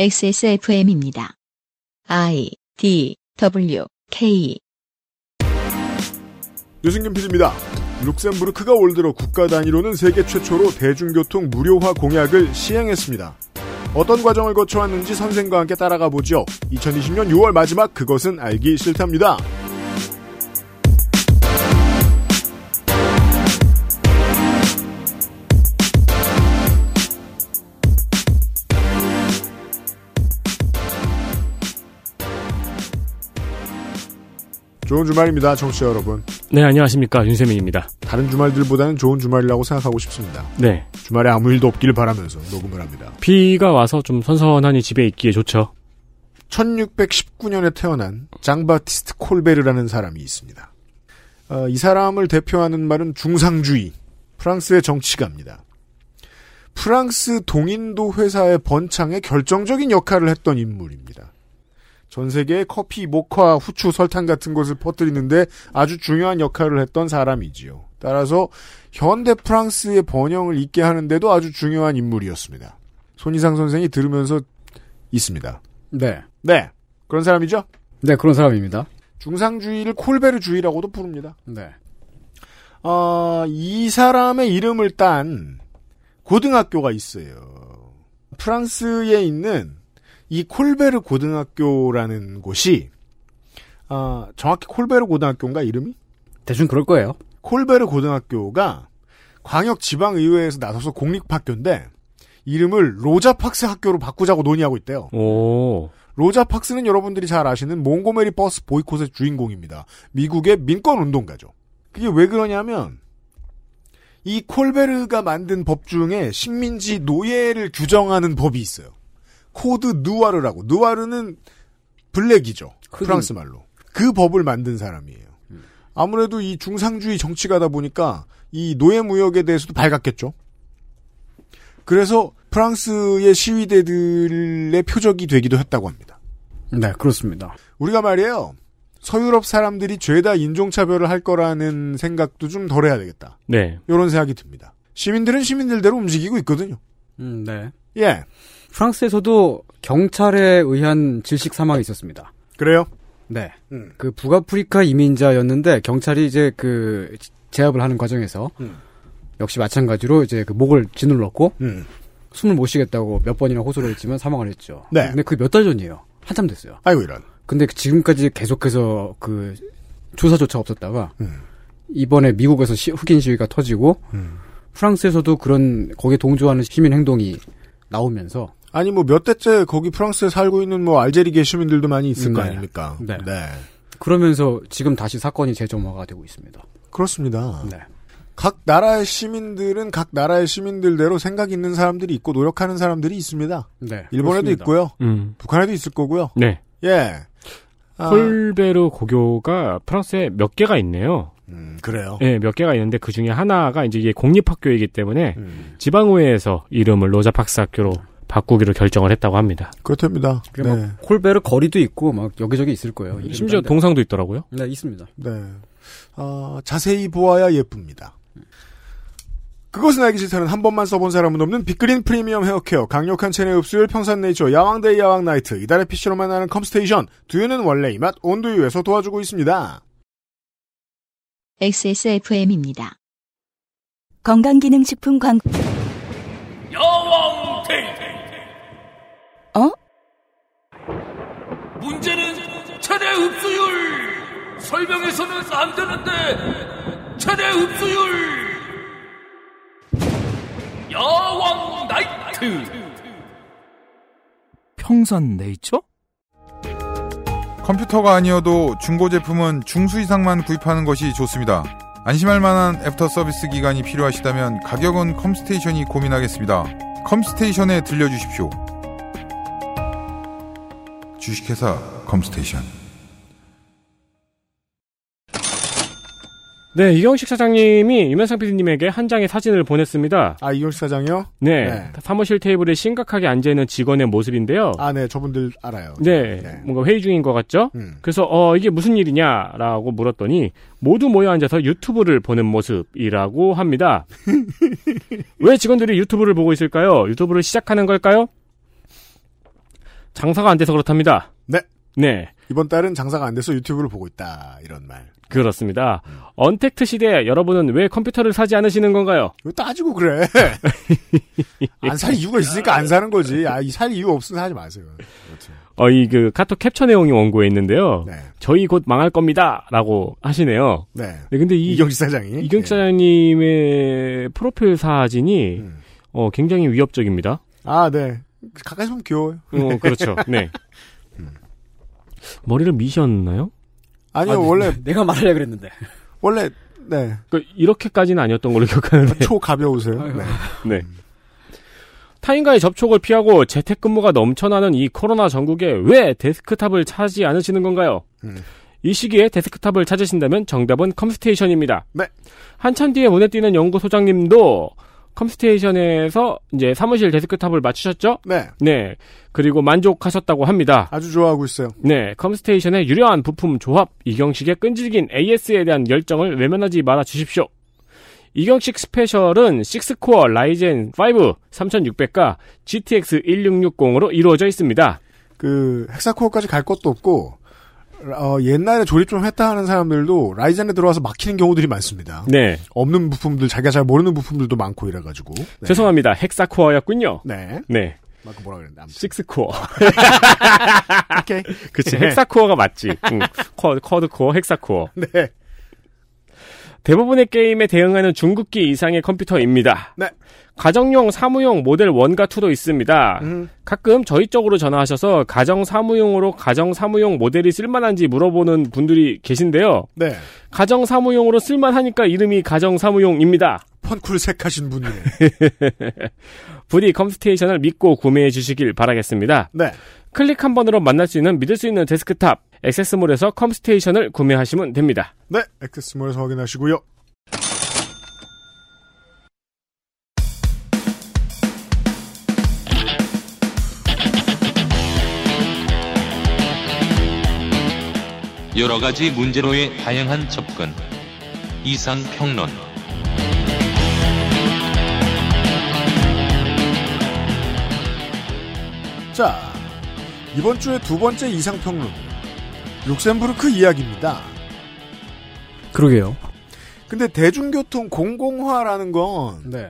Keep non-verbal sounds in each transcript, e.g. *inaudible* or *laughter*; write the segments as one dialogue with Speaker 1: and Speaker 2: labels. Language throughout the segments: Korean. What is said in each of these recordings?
Speaker 1: XSFM입니다. I D W K
Speaker 2: 유승균 PD입니다. 룩셈부르크가 올 들어 국가 단위로는 세계 최초로 대중교통 무료화 공약을 시행했습니다. 어떤 과정을 거쳐왔는지 선생과 함께 따라가 보죠. 2020년 6월 마지막 그것은 알기 싫답니다. 좋은 주말입니다, 청취자 여러분.
Speaker 3: 네, 안녕하십니까. 윤세민입니다.
Speaker 2: 다른 주말들보다는 좋은 주말이라고 생각하고 싶습니다.
Speaker 3: 네.
Speaker 2: 주말에 아무 일도 없길 바라면서 녹음을 합니다.
Speaker 3: 비가 와서 좀 선선하니 집에 있기에 좋죠.
Speaker 2: 1619년에 태어난 장바티스트 콜베르라는 사람이 있습니다. 어, 이 사람을 대표하는 말은 중상주의, 프랑스의 정치가입니다. 프랑스 동인도 회사의 번창에 결정적인 역할을 했던 인물입니다. 전 세계에 커피, 모카, 후추, 설탕 같은 것을 퍼뜨리는데 아주 중요한 역할을 했던 사람이지요. 따라서 현대 프랑스의 번영을 있게 하는데도 아주 중요한 인물이었습니다. 손희상 선생이 들으면서 있습니다.
Speaker 4: 네.
Speaker 2: 네. 그런 사람이죠?
Speaker 4: 네, 그런 사람입니다.
Speaker 2: 중상주의를 콜베르주의라고도 부릅니다.
Speaker 4: 네.
Speaker 2: 어, 이 사람의 이름을 딴 고등학교가 있어요. 프랑스에 있는 이 콜베르 고등학교라는 곳이 아, 정확히 콜베르 고등학교인가 이름이?
Speaker 4: 대충 그럴 거예요.
Speaker 2: 콜베르 고등학교가 광역 지방의회에서 나서서 공립학교인데 이름을 로자팍스 학교로 바꾸자고 논의하고 있대요.
Speaker 3: 오.
Speaker 2: 로자 팍스는 여러분들이 잘 아시는 몽고메리 버스 보이콧의 주인공입니다. 미국의 민권 운동가죠. 그게 왜 그러냐면 이 콜베르가 만든 법 중에 식민지 노예를 규정하는 법이 있어요. 코드 누아르라고. 누아르는 블랙이죠.
Speaker 4: 흑인.
Speaker 2: 프랑스 말로. 그 법을 만든 사람이에요. 아무래도 이 중상주의 정치가다 보니까 이 노예 무역에 대해서도 밝았겠죠. 그래서 프랑스의 시위대들의 표적이 되기도 했다고 합니다.
Speaker 4: 네, 그렇습니다.
Speaker 2: 우리가 말이에요. 서유럽 사람들이 죄다 인종차별을 할 거라는 생각도 좀 덜 해야 되겠다.
Speaker 3: 네.
Speaker 2: 이런 생각이 듭니다. 시민들은 시민들대로 움직이고 있거든요.
Speaker 4: 음, 네.
Speaker 2: 예.
Speaker 4: 프랑스에서도 경찰에 의한 질식 사망이 있었습니다.
Speaker 2: 그래요?
Speaker 4: 네.
Speaker 2: 음.
Speaker 4: 그 북아프리카 이민자였는데 경찰이 이제 그 제압을 하는 과정에서
Speaker 2: 음.
Speaker 4: 역시 마찬가지로 이제 그 목을 짓눌렀고
Speaker 2: 음.
Speaker 4: 숨을 못 쉬겠다고 몇 번이나 호소를 했지만 사망을 했죠.
Speaker 2: 네.
Speaker 4: 근데 그게 몇 달 전이에요. 한참 됐어요.
Speaker 2: 아이고, 이런.
Speaker 4: 근데 그 지금까지 계속해서 그 조사조차 없었다가
Speaker 2: 음.
Speaker 4: 이번에 미국에서 시- 흑인 시위가 터지고
Speaker 2: 음.
Speaker 4: 프랑스에서도 그런 거기에 동조하는 시민 행동이 나오면서
Speaker 2: 아니, 뭐, 몇 대째 거기 프랑스에 살고 있는 뭐, 알제리계 시민들도 많이 있을 거
Speaker 4: 네.
Speaker 2: 아닙니까?
Speaker 4: 네. 그러면서 지금 다시 사건이 재점화가 되고 있습니다.
Speaker 2: 그렇습니다.
Speaker 4: 네.
Speaker 2: 각 나라의 시민들은 각 나라의 시민들대로 생각 있는 사람들이 있고 노력하는 사람들이 있습니다.
Speaker 4: 네.
Speaker 2: 일본에도
Speaker 4: 그렇습니다.
Speaker 2: 있고요.
Speaker 3: 음.
Speaker 2: 북한에도 있을 거고요.
Speaker 3: 네.
Speaker 2: 예. 아,
Speaker 3: 콜베르 고교가 프랑스에 몇 개가 있네요.
Speaker 2: 음,
Speaker 4: 어.
Speaker 2: 그래요.
Speaker 3: 네, 몇 개가 있는데 그 중에 하나가 이제 이게 공립학교이기 때문에
Speaker 4: 네.
Speaker 2: 음.
Speaker 3: 지방의회에서 이름을 로자팍스 학교로 바꾸기로 결정을 했다고 합니다.
Speaker 2: 그렇답니다. 네.
Speaker 4: 그게 뭐 막 콜베르 거리도 있고 막 여기저기 있을 거예요. 이름도
Speaker 3: 음, 심지어
Speaker 4: 안 돼.
Speaker 3: 동상도 있더라고요.
Speaker 4: 네, 있습니다.
Speaker 2: 네. 아, 자세히 보아야 예쁩니다. 그것은 알기 싫다는 한 번만 써본 사람은 없는 빅그린 프리미엄 헤어케어, 강력한 체내 흡수율, 평산네이처, 야왕데이 야왕나이트, 이달의 PC로 만나는 컴스테이션, 두유는 원래 이 맛, 온두유에서 도와주고 있습니다.
Speaker 1: XSFM입니다.
Speaker 5: 건강기능식품 광
Speaker 6: 야왕 테이테
Speaker 5: 어?
Speaker 6: 문제는 최대 흡수율 설명해서는 안 되는데 최대 흡수율 야왕 나이트
Speaker 7: 평산 네이처?
Speaker 8: 컴퓨터가 아니어도 중고 제품은 중수 이상만 구입하는 것이 좋습니다. 안심할 만한 애프터 서비스 기간이 필요하시다면 가격은 컴스테이션이 고민하겠습니다. 컴스테이션에 들려주십시오. 주식회사 컴스테이션.
Speaker 3: 네, 이경식 사장님이 유면상 PD님에게 한 장의 사진을 보냈습니다.
Speaker 2: 아, 이용식 사장이요?
Speaker 3: 네,
Speaker 2: 네.
Speaker 3: 사무실 테이블에 심각하게 앉아있는 직원의 모습인데요.
Speaker 2: 아, 네, 저분들 알아요.
Speaker 3: 네,
Speaker 2: 네.
Speaker 3: 뭔가 회의 중인 것 같죠?
Speaker 2: 음.
Speaker 3: 그래서 어 이게 무슨 일이냐라고 물었더니 모두 모여 앉아서 유튜브를 보는 모습이라고
Speaker 2: *laughs*
Speaker 3: 합니다. 왜 직원들이 유튜브를 보고 있을까요? 유튜브를 시작하는 걸까요? 장사가 안 돼서 그렇답니다.
Speaker 2: 네.
Speaker 3: 네.
Speaker 2: 이번 달은 장사가 안 돼서 유튜브를 보고 있다. 이런 말.
Speaker 3: 그렇습니다. 언택트 시대에 여러분은 왜 컴퓨터를 사지 않으시는 건가요?
Speaker 2: 왜 따지고 그래? 안 살 이유가 있으니까 안 사는 거지. 아, 이 살 이유 없으면 하지 마세요. 그렇죠.
Speaker 3: 어, 이 그 카톡 캡처 내용이 원고에 있는데요.
Speaker 2: 네.
Speaker 3: 저희 곧 망할 겁니다. 라고 하시네요.
Speaker 2: 네.
Speaker 3: 네, 근데 이
Speaker 2: 이경식 예. 사장이.
Speaker 3: 이경 기자님의 프로필 사진이
Speaker 2: 예. 음.
Speaker 3: 어, 굉장히 위협적입니다.
Speaker 2: 아, 네. 가까이서 보면 귀여워요.
Speaker 3: 어, 그렇죠.
Speaker 2: *laughs*
Speaker 3: 네.
Speaker 2: 음.
Speaker 3: 머리를 미셨나요?
Speaker 2: 아니요,
Speaker 3: 네.
Speaker 4: 아니,
Speaker 2: 원래,
Speaker 4: 내가 말하려 그랬는데.
Speaker 2: 원래, 네.
Speaker 3: 그 이렇게까지는 아니었던 걸로 기억하는데.
Speaker 2: 초가벼우세요. 네.
Speaker 3: 네. 타인과의 접촉을 피하고 재택근무가 넘쳐나는 이 코로나 전국에 왜 데스크탑을 차지 않으시는 건가요?
Speaker 2: 음.
Speaker 3: 이 시기에 데스크탑을 찾으신다면 정답은 컴스테이션입니다.
Speaker 2: 네.
Speaker 3: 한참 뒤에 눈에 띄는 연구소장님도 컴스테이션에서 이제 사무실 데스크탑을 맞추셨죠?
Speaker 2: 네.
Speaker 3: 네. 그리고 만족하셨다고 합니다.
Speaker 2: 아주 좋아하고 있어요.
Speaker 3: 네. 컴스테이션의 유려한 부품 조합, 이경식의 끈질긴 AS에 대한 열정을 외면하지 말아 주십시오. 이경식 스페셜은 6코어 라이젠 5 3600과 GTX 1660으로 이루어져 있습니다.
Speaker 2: 그, 헥사코어까지 갈 것도 없고, 어, 옛날에 조립 좀 했다 하는 사람들도 라이젠에 들어와서 막히는 경우들이 많습니다.
Speaker 3: 네.
Speaker 2: 없는 부품들, 자기가 잘 모르는 부품들도 많고 이래가지고. 네.
Speaker 3: 죄송합니다. 헥사코어였군요.
Speaker 2: 네.
Speaker 3: 네.
Speaker 2: 아까 뭐라 그랬는데. 아무튼.
Speaker 3: 6코어.
Speaker 2: *laughs* 오케이.
Speaker 3: 그치. 헥사코어가 맞지. 응. 쿼드, 쿼드코어, 헥사코어.
Speaker 2: *laughs* 네.
Speaker 3: 대부분의 게임에 대응하는 중국기 이상의 컴퓨터입니다.
Speaker 2: 네.
Speaker 3: 가정용, 사무용 모델 1과 2도 있습니다.
Speaker 2: 음.
Speaker 3: 가끔 저희 쪽으로 전화하셔서 가정 사무용으로 가정 사무용 모델이 쓸만한지 물어보는 분들이 계신데요.
Speaker 2: 네.
Speaker 3: 가정 사무용으로 쓸만하니까 이름이 가정 사무용입니다.
Speaker 2: 펀쿨색 하신
Speaker 3: *laughs*
Speaker 2: 분이네.
Speaker 3: 부디 컴스테이션을 믿고 구매해 주시길 바라겠습니다.
Speaker 2: 네.
Speaker 3: 클릭 한 번으로 만날 수 있는 믿을 수 있는 데스크탑 액세스몰에서 컴스테이션을 구매하시면 됩니다.
Speaker 2: 네. 액세스몰에서 확인하시고요.
Speaker 7: 여러 가지 문제로의 다양한 접근. 이상 평론.
Speaker 2: 자, 이번 주의 두 번째 이상평론. 룩셈부르크 이야기입니다.
Speaker 4: 그러게요.
Speaker 2: 근데 대중교통 공공화라는 건
Speaker 4: 네.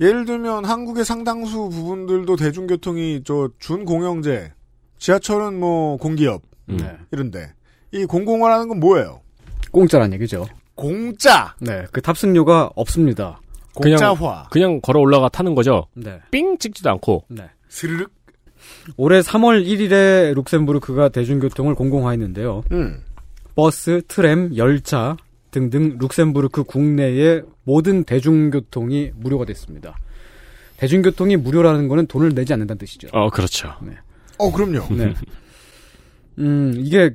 Speaker 2: 예를 들면 한국의 상당수 부분들도 대중교통이 저 준공영제, 지하철은 뭐 공기업
Speaker 4: 네.
Speaker 2: 이런데 이 공공화라는 건 뭐예요?
Speaker 4: 공짜란 얘기죠.
Speaker 2: 공짜,
Speaker 4: 네. 그 탑승료가 없습니다.
Speaker 3: 그냥-
Speaker 2: 공짜화,
Speaker 3: 그냥 걸어 올라가 타는 거죠.
Speaker 4: 네.
Speaker 3: 삥 찍지도 않고.
Speaker 4: 네.
Speaker 2: 스르륵.
Speaker 4: 올해 3월 1일에 룩셈부르크가 대중교통을 공공화했는데요.
Speaker 2: 음,
Speaker 4: 버스, 트램, 열차 등등 룩셈부르크 국내의 모든 대중교통이 무료가 됐습니다. 대중교통이 무료라는 거는 돈을 내지 않는다는 뜻이죠.
Speaker 3: 어, 그렇죠.
Speaker 2: 어 그럼요.
Speaker 4: 네. *laughs* 음, 이게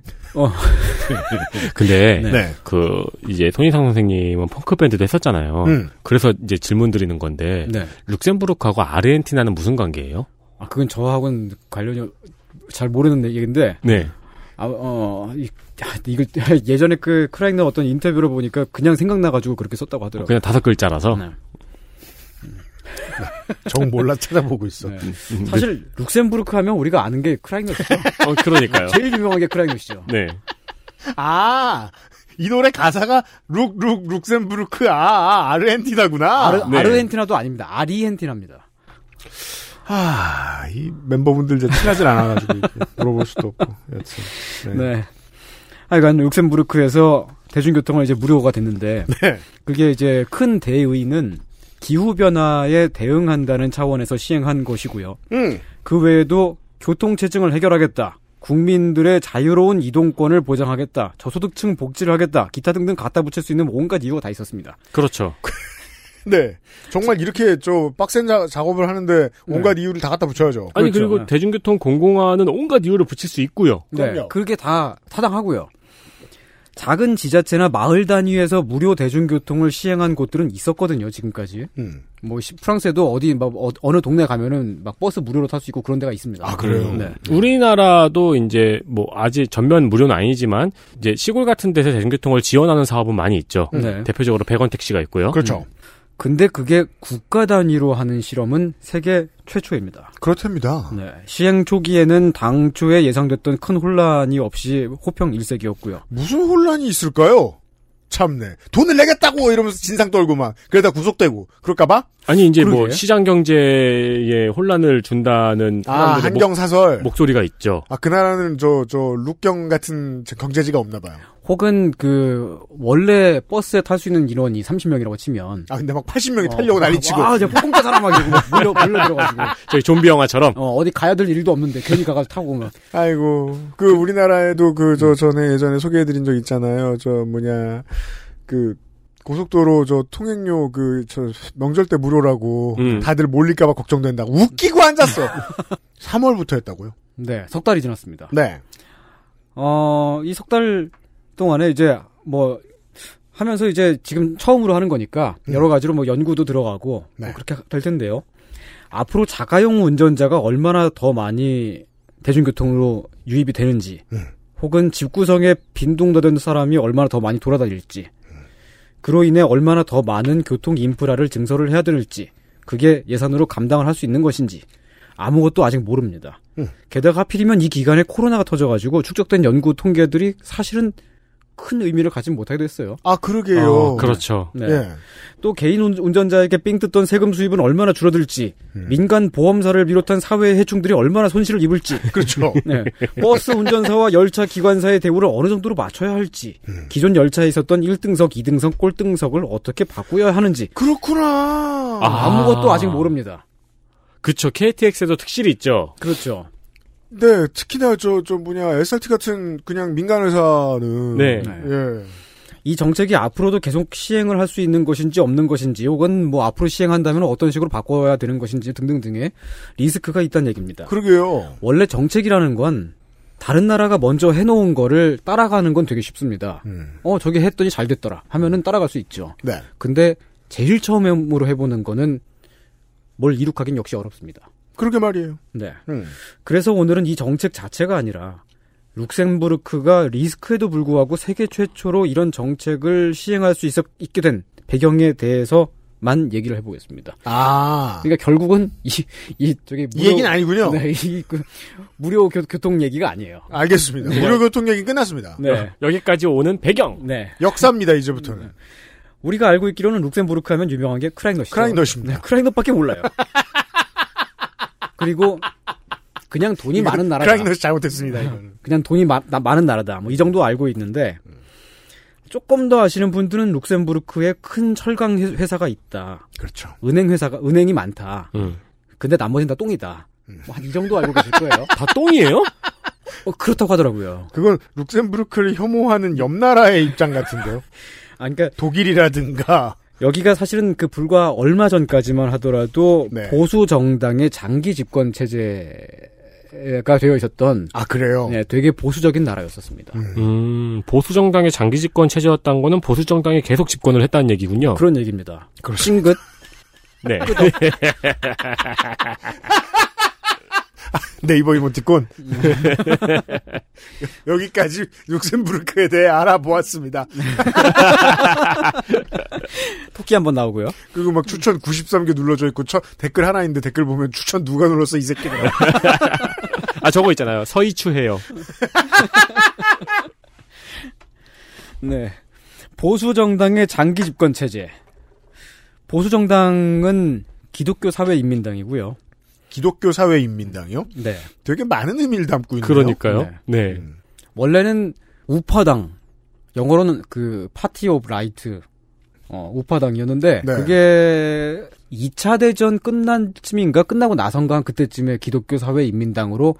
Speaker 3: 근데
Speaker 4: 네.
Speaker 2: 네,
Speaker 3: 그 이제 손희상 선생님은 펑크 밴드도 했었잖아요.
Speaker 2: 음,
Speaker 3: 그래서 이제 질문 드리는 건데
Speaker 4: 네.
Speaker 3: 룩셈부르크하고 아르헨티나는 무슨 관계예요?
Speaker 4: 아, 그건 저하고는 관련이 잘 모르는 얘기인데
Speaker 3: 네.
Speaker 4: 아, 어, 이, 야, 이걸 *laughs* 예전에 그 크라잉너 어떤 인터뷰를 보니까 그냥 생각나가지고 그렇게 썼다고 하더라고요.
Speaker 3: 그냥 다섯 글자라서.
Speaker 4: 네.
Speaker 2: 정 몰라 찾아보고 있어.
Speaker 4: 네. 사실 룩셈부르크 하면 우리가 아는 게 크라잉넛이죠.
Speaker 3: 어,
Speaker 4: *laughs*
Speaker 3: 그러니까요.
Speaker 4: 제일 유명한 게 크라잉넛이죠.
Speaker 3: 네.
Speaker 2: 아, 이 노래 가사가 룩 룩 룩셈부르크 아, 아 아르헨티나구나.
Speaker 4: 아르,
Speaker 3: 네.
Speaker 4: 아르헨티나도 아닙니다. 아리헨티나입니다.
Speaker 2: 하, 아, 이 멤버분들 이제 친하진 *laughs* 않아가지고 이렇게 물어볼 수도 없고. 여튼. 네.
Speaker 4: 네. 하여간 룩셈부르크에서 대중교통은 이제 무료가 됐는데
Speaker 2: 네.
Speaker 4: 그게 이제 큰 대의는 기후변화에 대응한다는 차원에서 시행한 것이고요.
Speaker 2: 음.
Speaker 4: 그 외에도 교통체증을 해결하겠다. 국민들의 자유로운 이동권을 보장하겠다. 저소득층 복지를 하겠다. 기타 등등 갖다 붙일 수 있는 온갖 이유가 다 있었습니다.
Speaker 3: 그렇죠.
Speaker 2: 네. 정말 이렇게 저 빡센 자- 작업을 하는데 온갖 이유를 다 갖다 붙여야죠.
Speaker 3: 아니
Speaker 4: 그렇죠.
Speaker 3: 그리고
Speaker 4: 네.
Speaker 3: 대중교통 공공화는 온갖 이유를 붙일 수 있고요.
Speaker 2: 그럼요.
Speaker 4: 그게 다 타당하고요. 작은 지자체나 마을 단위에서 무료 대중교통을 시행한 곳들은 있었거든요, 지금까지.
Speaker 2: 음.
Speaker 4: 뭐, 시- 프랑스에도 어디, 막, 어, 느 동네 가면은 막 버스 무료로 탈 수 있고 그런 데가 있습니다.
Speaker 2: 아, 그래요?
Speaker 4: 네.
Speaker 3: 우리나라도 이제 뭐 아직 전면 무료는 아니지만 이제 시골 같은 데서 대중교통을 지원하는 사업은 많이 있죠.
Speaker 4: 네.
Speaker 3: 대표적으로 100원 택시가 있고요.
Speaker 2: 그렇죠.
Speaker 4: 근데 그게 국가 단위로 하는 실험은 세계 최초입니다.
Speaker 2: 그렇답니다.
Speaker 4: 네, 시행 초기에는 당초에 예상됐던 큰 혼란이 없이 호평 일색이었고요.
Speaker 2: 무슨 혼란이 있을까요? 참네. 돈을 내겠다고 이러면서 진상 떨고 막 그러다 구속되고 그럴까봐?
Speaker 3: 아니 이제 뭐
Speaker 4: 그러게요.
Speaker 3: 시장 경제에 혼란을 준다는
Speaker 2: 아
Speaker 3: 사람들의
Speaker 2: 한경 사설.
Speaker 3: 목, 목소리가 있죠.
Speaker 2: 아 그 나라는 저 저 룩경 같은 경제지가 없나봐요.
Speaker 4: 혹은 그 원래 버스에 탈 수 있는 인원이 30명이라고 치면
Speaker 2: 아 근데 막 80명이 타려고 난리치고
Speaker 4: 아, 이제 폭공짜 사람하고 막 물려 물려
Speaker 2: *laughs*
Speaker 4: 들어가지고
Speaker 3: 저희 좀비 영화처럼
Speaker 4: 어, 어디 가야 될 일도 없는데 괜히 가가지고 타고 오면
Speaker 2: 아이고 그 우리나라에도 그 저 전에 예전에 소개해드린 적 있잖아요 저 뭐냐 그 고속도로 저 통행료 그 저 명절 때 무료라고
Speaker 3: 음.
Speaker 2: 다들 몰릴까봐 걱정된다고 웃기고 *laughs* 앉았어 3월부터 했다고요
Speaker 4: 네, 석 달이 지났습니다.
Speaker 2: 네
Speaker 4: 어, 이 석 달 동안에 이제 뭐 하면서 이제 지금 처음으로 하는 거니까
Speaker 2: 음.
Speaker 4: 여러 가지로 뭐 연구도 들어가고
Speaker 2: 네.
Speaker 4: 뭐 그렇게 될 텐데요. 앞으로 자가용 운전자가 얼마나 더 많이 대중교통으로 유입이 되는지,
Speaker 2: 음.
Speaker 4: 혹은 집구성에 빈동다된 사람이 얼마나 더 많이 돌아다닐지, 그로 인해 얼마나 더 많은 교통 인프라를 증설을 해야 될지, 그게 예산으로 감당을 할 수 있는 것인지 아무것도 아직 모릅니다.
Speaker 2: 음.
Speaker 4: 게다가 하필이면 이 기간에 코로나가 터져가지고 축적된 연구 통계들이 사실은 큰 의미를 갖지 못하게 됐어요.
Speaker 2: 아 그러게요
Speaker 3: 아, 그렇죠.
Speaker 4: 네.
Speaker 2: 예.
Speaker 4: 또 개인 운- 운전자에게 삥 뜯던 세금 수입은 얼마나 줄어들지,
Speaker 2: 음.
Speaker 4: 민간 보험사를 비롯한 사회의 해충들이 얼마나 손실을 입을지,
Speaker 2: *laughs* 그렇죠
Speaker 4: 네. 버스 운전사와 열차 기관사의 대우를 어느 정도로 맞춰야 할지,
Speaker 2: 음.
Speaker 4: 기존 열차에 있었던 1등석, 2등석, 꼴등석을 어떻게 바꾸어야 하는지
Speaker 2: 그렇구나
Speaker 3: 아.
Speaker 4: 아무것도 아직 모릅니다.
Speaker 3: 그쵸. KTX에도 특실이 있죠.
Speaker 4: 그렇죠.
Speaker 2: 네 특히나 저 저 뭐냐 SRT 같은 그냥 민간 회사는
Speaker 3: 네.
Speaker 2: 예
Speaker 4: 이 정책이 앞으로도 계속 시행을 할 수 있는 것인지 없는 것인지 혹은 뭐 앞으로 시행한다면 어떤 식으로 바꿔야 되는 것인지 등등 등의 리스크가 있다는 얘기입니다.
Speaker 2: 그러게요
Speaker 4: 원래 정책이라는 건 다른 나라가 먼저 해놓은 거를 따라가는 건 되게 쉽습니다.
Speaker 2: 음.
Speaker 4: 어 저게 했더니 잘 됐더라 하면은 따라갈 수 있죠.
Speaker 2: 네
Speaker 4: 근데 제일 처음으로 해보는 거는 뭘 이룩하긴 역시 어렵습니다.
Speaker 2: 그러게 말이에요
Speaker 4: 네.
Speaker 2: 음.
Speaker 4: 그래서 오늘은 이 정책 자체가 아니라 룩셈부르크가 리스크에도 불구하고 세계 최초로 이런 정책을 시행할 수 있어, 있게 된 배경에 대해서만 얘기를 해보겠습니다.
Speaker 2: 아이
Speaker 4: 그러니까 결국은 이, 이, 저기, 무료,
Speaker 2: 얘기는 아니군요
Speaker 4: 네, 이, 그, 무료 교, 교통 얘기가 아니에요.
Speaker 2: 알겠습니다. 무료 교통 얘기 끝났습니다.
Speaker 4: 네.
Speaker 3: 여기까지 오는 배경.
Speaker 4: 네.
Speaker 2: 역사입니다 이제부터는
Speaker 4: 우리가 알고 있기로는 룩셈부르크 하면 유명한 게 크라잉넛이죠.
Speaker 2: 크라잉넛입니다.
Speaker 4: 네, 크라잉넛밖에 몰라요. 그리고 그냥 돈이 많은 네. 나라다.
Speaker 2: 크라잉넛이 잘못했습니다 이거는.
Speaker 4: 그냥 돈이 마- 나- 많은 나라다. 뭐 이 정도 알고 있는데 조금 더 아시는 분들은 룩셈부르크에 큰 철강 회- 회사가 있다.
Speaker 2: 그렇죠.
Speaker 4: 은행 회사가 은행이 많다.
Speaker 3: 음.
Speaker 4: 근데 나머지는 다 똥이다. 한 이 정도 알고 계실 거예요.
Speaker 3: *laughs* 다 똥이에요?
Speaker 4: *laughs* 어, 그렇다고 하더라고요.
Speaker 2: 그건 룩셈부르크를 혐오하는 옆 나라의 입장
Speaker 4: *laughs*
Speaker 2: 같은데요.
Speaker 4: 아, 그러니까
Speaker 2: 독일이라든가
Speaker 4: 여기가 사실은 그 불과 얼마 전까지만 하더라도
Speaker 2: 네.
Speaker 4: 보수 정당의 장기 집권 체제가 되어 있었던
Speaker 2: 아 그래요.
Speaker 4: 네, 되게 보수적인 나라였었습니다.
Speaker 3: 음, 보수 정당의 장기 집권 체제였다는 거는 보수 정당이 계속 집권을 했다는 얘기군요.
Speaker 4: 그런 얘기입니다.
Speaker 2: 그렇습니다.
Speaker 4: 싱긋
Speaker 3: 네.
Speaker 2: 네이버 이모티콘
Speaker 4: 네.
Speaker 2: *laughs* 여기까지 룩셈부르크에 대해 알아보았습니다.
Speaker 4: 네. 토끼 한번 나오고요.
Speaker 2: 그리고 막 추천 93개 눌러져 있고 첫 댓글 하나 있는데 댓글 보면 추천 누가 눌렀어 이 새끼들.
Speaker 3: *laughs* 아, 저거 있잖아요. 서이추해요.
Speaker 4: 네. 보수 정당의 장기 집권 체제. 보수 정당은 기독교 사회 인민당이고요.
Speaker 2: 기독교 사회 인민당이요.
Speaker 4: 네.
Speaker 2: 되게 많은 의미를 담고 있네요.
Speaker 3: 그러니까요. 네.
Speaker 2: 음.
Speaker 4: 원래는 우파당. 영어로는 그 파티 오브 라이트 어, 우파당이었는데
Speaker 2: 네.
Speaker 4: 그게 2차 대전 끝난 쯤인가 끝나고 나선가 한 그때쯤에 기독교 사회 인민당으로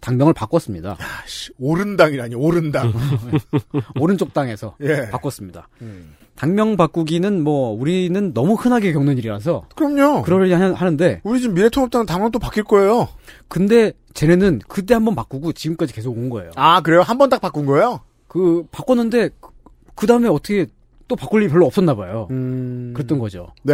Speaker 4: 당명을
Speaker 2: *laughs*
Speaker 4: 바꿨습니다.
Speaker 2: 아씨 오른당이라니 오른당.
Speaker 4: 음. 오른쪽 당에서
Speaker 2: 예.
Speaker 4: 바꿨습니다.
Speaker 2: 음.
Speaker 4: 당명 바꾸기는 뭐 우리는 너무 흔하게 겪는 일이라서
Speaker 2: 그럼요.
Speaker 4: 그러려 하- 하는데
Speaker 2: 우리 지금 미래통합당 당원 또 바뀔 거예요.
Speaker 4: 근데 쟤네는 그때 한 번 바꾸고 지금까지 계속 온 거예요.
Speaker 2: 아 그래요? 한 번 딱 바꾼 거예요?
Speaker 4: 그 바꿨는데 그 다음에 어떻게 또 바꿀 일이 별로 없었나 봐요.
Speaker 2: 음.
Speaker 4: 그랬던 거죠.
Speaker 2: 네.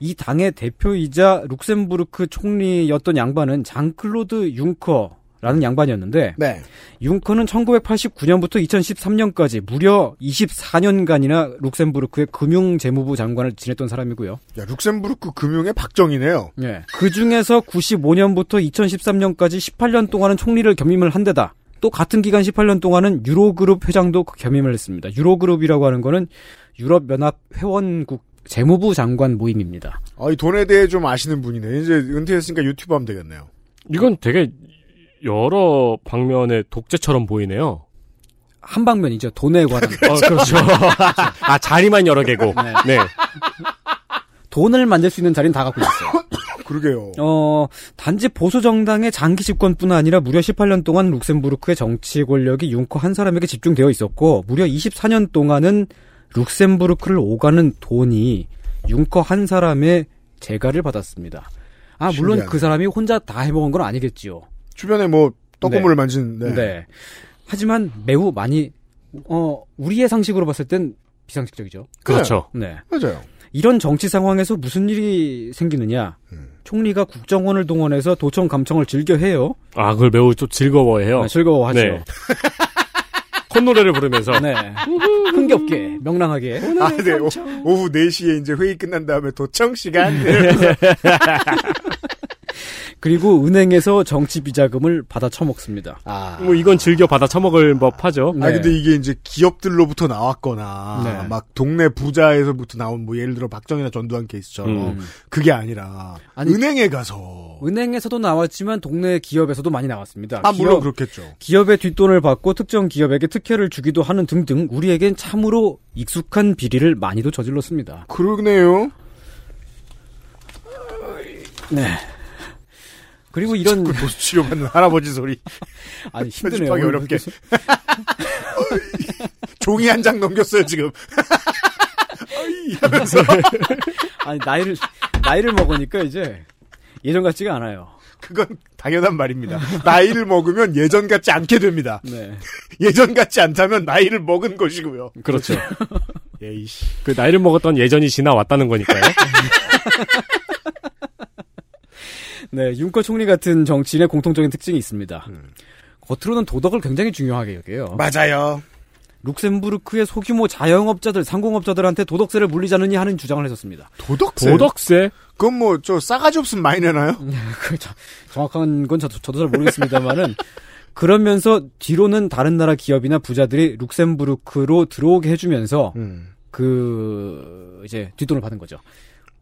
Speaker 4: 이 당의 대표이자 룩셈부르크 총리였던 양반은 장클로드 융커 라는 양반이었는데
Speaker 2: 네.
Speaker 4: 융커는 1989년부터 2013년까지 무려 24년간이나 룩셈부르크의 금융재무부 장관을 지냈던 사람이고요.
Speaker 2: 야, 룩셈부르크 금융의 박정희네요.
Speaker 3: 예.
Speaker 4: 그 중에서 95년부터 2013년까지 18년 동안은 총리를 겸임을 한 데다 또 같은 기간 18년 동안은 유로그룹 회장도 겸임을 했습니다. 유로그룹이라고 하는 거는 유럽연합 회원국 재무부 장관 모임입니다.
Speaker 2: 아, 이 돈에 대해 좀 아시는 분이네. 이제 은퇴했으니까 유튜브 하면 되겠네요.
Speaker 3: 이건 되게 여러 방면의 독재처럼 보이네요.
Speaker 4: 한 방면이죠. 돈에 관한
Speaker 3: *laughs* 어, 그렇죠. 아, 자리만 여러
Speaker 4: *laughs*
Speaker 3: 개고. 네.
Speaker 4: 돈을 만들 수 있는 자리는 다 갖고 있어요.
Speaker 2: 그러게요.
Speaker 4: 어, 단지 보수 정당의 장기 집권뿐 아니라 무려 18년 동안 룩셈부르크의 정치 권력이 융커 한 사람에게 집중되어 있었고 무려 24년 동안은 룩셈부르크를 오가는 돈이 융커 한 사람의 재가를 받았습니다. 아, 물론
Speaker 2: 신기하네.
Speaker 4: 그 사람이 혼자 다 해먹은 건 아니겠지요.
Speaker 2: 주변에 뭐, 떡고물을 만진, 네.
Speaker 4: 네. 하지만 매우 많이 어, 우리의 상식으로 봤을 땐 비상식적이죠.
Speaker 3: 그렇죠.
Speaker 4: 네.
Speaker 2: 맞아요.
Speaker 4: 이런 정치 상황에서 무슨 일이 생기느냐?
Speaker 2: 음.
Speaker 4: 총리가 국정원을 동원해서 도청 감청을 즐겨 해요.
Speaker 3: 아, 그걸 매우 좀 즐거워해요.
Speaker 4: 네, 즐거워하죠.
Speaker 3: 네. *laughs* 콧노래를 부르면서.
Speaker 4: *laughs* 네. 흥겹게, 명랑하게.
Speaker 2: 아, 네. 오, 오후 4시에 이제 회의 끝난 다음에 도청 시간.
Speaker 4: 그리고 은행에서 정치 비자금을 받아 처먹습니다.
Speaker 2: 아.
Speaker 3: 뭐 이건 즐겨 받아 처먹을 법하죠.
Speaker 2: 아, 근데 이게 이제 기업들로부터 나왔거나,
Speaker 4: 네.
Speaker 2: 막 동네 부자에서부터 나온, 뭐 예를 들어 박정희나 전두환 케이스처럼, 그게 음. 아니라,
Speaker 4: 아니,
Speaker 2: 은행에 가서,
Speaker 4: 은행에서도 나왔지만 동네 기업에서도 많이 나왔습니다.
Speaker 2: 아, 물론
Speaker 4: 기업-
Speaker 2: 그렇겠죠.
Speaker 4: 기업의 뒷돈을 받고 특정 기업에게 특혜를 주기도 하는 등등 우리에겐 참으로 익숙한 비리를 많이도 저질렀습니다.
Speaker 2: 그러네요.
Speaker 4: 그리고 이런
Speaker 2: 그 도수 치료받는 할아버지 소리.
Speaker 4: 아니 힘드네요.
Speaker 2: 편집하기 어렵게. 종이 한 장 넘겼어요, 지금. 어이, 하면서.
Speaker 4: 아니 나이를 나이를 먹으니까 이제 예전 같지가 않아요.
Speaker 2: 그건 당연한 말입니다. 나이를 먹으면 예전 같지 않게 됩니다.
Speaker 4: 네.
Speaker 2: 예전 같지 않다면 나이를 먹은 것이고요.
Speaker 3: 그렇죠.
Speaker 2: 예, 에이씨.
Speaker 3: 그 나이를 먹었던 예전이 지나왔다는 거니까요.
Speaker 4: *laughs* 네, 윤커 총리 같은 정치인의 공통적인 특징이 있습니다. 겉으로는 도덕을 굉장히 중요하게 여겨요.
Speaker 2: 맞아요.
Speaker 4: 룩셈부르크의 소규모 자영업자들, 상공업자들한테 도덕세를 물리자느니 하는 주장을 했었습니다.
Speaker 2: 도덕세. 음.
Speaker 3: 도덕세?
Speaker 2: 네. 그건 뭐, 저, 싸가지 없으면 많이 내나요?
Speaker 4: *laughs* 그 저- 정확한 건 저도, 저도 잘 모르겠습니다만은 *laughs* 그러면서 뒤로는 다른 나라 기업이나 부자들이 룩셈부르크로 들어오게 해주면서 그 이제 뒷돈을 받은 거죠.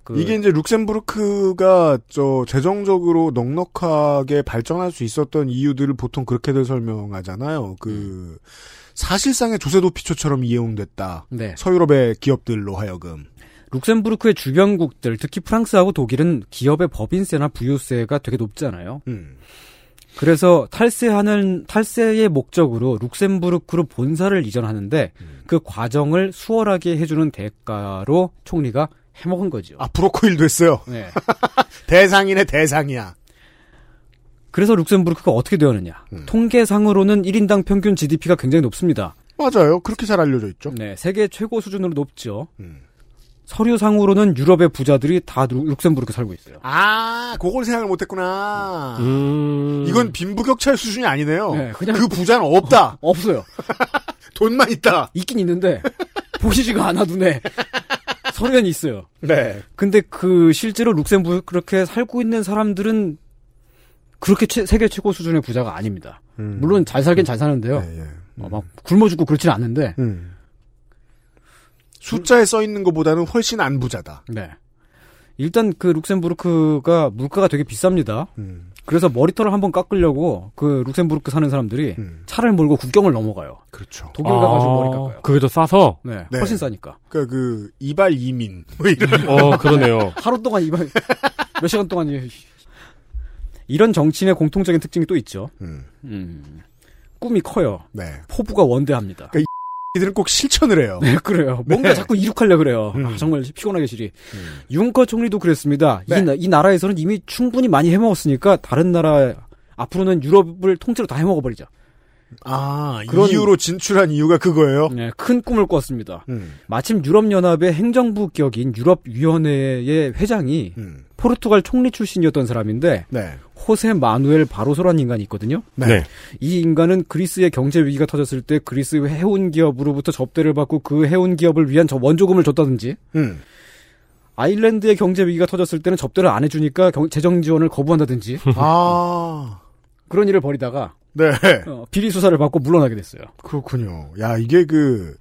Speaker 4: 그-
Speaker 2: 이게 이제 룩셈부르크가, 저, 재정적으로 넉넉하게 발전할 수 있었던 이유들을 보통 그렇게들 설명하잖아요. 그, 사실상의 조세도피처처럼 이용됐다.
Speaker 4: 네.
Speaker 2: 서유럽의 기업들로 하여금.
Speaker 4: 룩셈부르크의 주변국들, 특히 프랑스하고 독일은 기업의 법인세나 부유세가 되게 높잖아요.
Speaker 2: 음.
Speaker 4: 그래서 탈세하는 탈세의 목적으로 룩셈부르크로 본사를 이전하는데
Speaker 2: 음.
Speaker 4: 그 과정을 수월하게 해주는 대가로 총리가 해먹은 거죠.
Speaker 2: 아, 브로커일도 했어요.
Speaker 4: 네.
Speaker 2: 대상이네, 대상이야.
Speaker 4: 그래서 룩셈부르크가 어떻게 되었느냐?
Speaker 2: 음.
Speaker 4: 통계상으로는 1인당 평균 GDP가 굉장히 높습니다.
Speaker 2: 맞아요. 그렇게 잘 알려져 있죠.
Speaker 4: 네, 세계 최고 수준으로 높죠.
Speaker 2: 어? 음.
Speaker 4: 서류상으로는 유럽의 부자들이 다 룩- 룩셈부르크 살고 있어요.
Speaker 2: 아, 그걸 생각을 못했구나.
Speaker 3: 음.
Speaker 2: 이건 빈부격차의 수준이 아니네요.
Speaker 4: 네, 그냥-
Speaker 2: 그 부자는
Speaker 4: *laughs*
Speaker 2: 없다.
Speaker 4: 없어요.
Speaker 2: 돈만 있다.
Speaker 4: 있긴 있는데 보시지가 않아 눈에 서류엔 있어요.
Speaker 2: 네.
Speaker 4: 근데 그 실제로 룩셈부르크 그렇게 살고 있는 사람들은 그렇게 최- 세계 최고 수준의 부자가 아닙니다. 물론 잘 살긴 잘 사는데요.
Speaker 2: 네, 예.
Speaker 4: 어, 막 굶어 죽고 그렇진 않는데.
Speaker 2: 음. 숫자에 써 있는 것보다는 훨씬 안 부자다.
Speaker 4: 네. 일단 그 룩셈부르크가 물가가 되게 비쌉니다.
Speaker 2: 음,
Speaker 4: 그래서 머리털을 한번 깎으려고 그 룩셈부르크 사는 사람들이
Speaker 2: 음.
Speaker 4: 차를 몰고 국경을 넘어가요.
Speaker 2: 그렇죠.
Speaker 4: 독일 가가지고 머리 깎아요.
Speaker 3: 그게 더 싸서?
Speaker 4: 네,
Speaker 2: 네.
Speaker 4: 훨씬 싸니까.
Speaker 2: 그러니까 그 이발 이민 뭐 이런.
Speaker 3: 어,
Speaker 4: *laughs*
Speaker 3: 그러네요.
Speaker 4: 하루 동안 이번 몇 시간 동안 이- 이런 정치인의 공통적인 특징이 또 있죠.
Speaker 2: 음.
Speaker 4: 음. 꿈이 커요.
Speaker 2: *laughs* 네.
Speaker 4: 포부가 원대합니다.
Speaker 2: 그- 이들은 꼭 실천을 해요.
Speaker 4: *laughs* 네, 음. 그래요. 뭔가 자꾸 이륙하려 그래요. 아, 정말 피곤하게 시리. 윤커 총리도 그랬습니다.
Speaker 2: 네.
Speaker 4: 이, 나- 이 나라에서는 이미 충분히 많이 해먹었으니까 다른 나라 앞으로는 유럽을 통째로 다 해먹어버리자.
Speaker 2: 아,
Speaker 4: 그런-
Speaker 2: 이유로 진출한 이유가 그거예요.
Speaker 4: 네, 큰 꿈을 꿨습니다.
Speaker 2: 음.
Speaker 4: 마침 유럽연합의 행정부 격인 유럽위원회의 회장이
Speaker 2: 음.
Speaker 4: 포르투갈 총리 출신이었던 사람인데
Speaker 2: 네.
Speaker 4: 호세 마누엘 바로소라는 인간이 있거든요.
Speaker 2: 네.
Speaker 4: 이 인간은 그리스의 경제 위기가 터졌을 때 그리스 해운 기업으로부터 접대를 받고 그 해운 기업을 위한 저 원조금을 줬다든지
Speaker 2: 음.
Speaker 4: 아일랜드의 경제 위기가 터졌을 때는 접대를 안 해주니까 경- 재정 지원을
Speaker 2: *laughs*
Speaker 4: 거부한다든지
Speaker 2: 음. 아.
Speaker 4: 그런 일을 벌이다가
Speaker 2: 네.
Speaker 4: 어, 비리 수사를 받고 물러나게 됐어요.
Speaker 2: 그렇군요. 야, 이게 그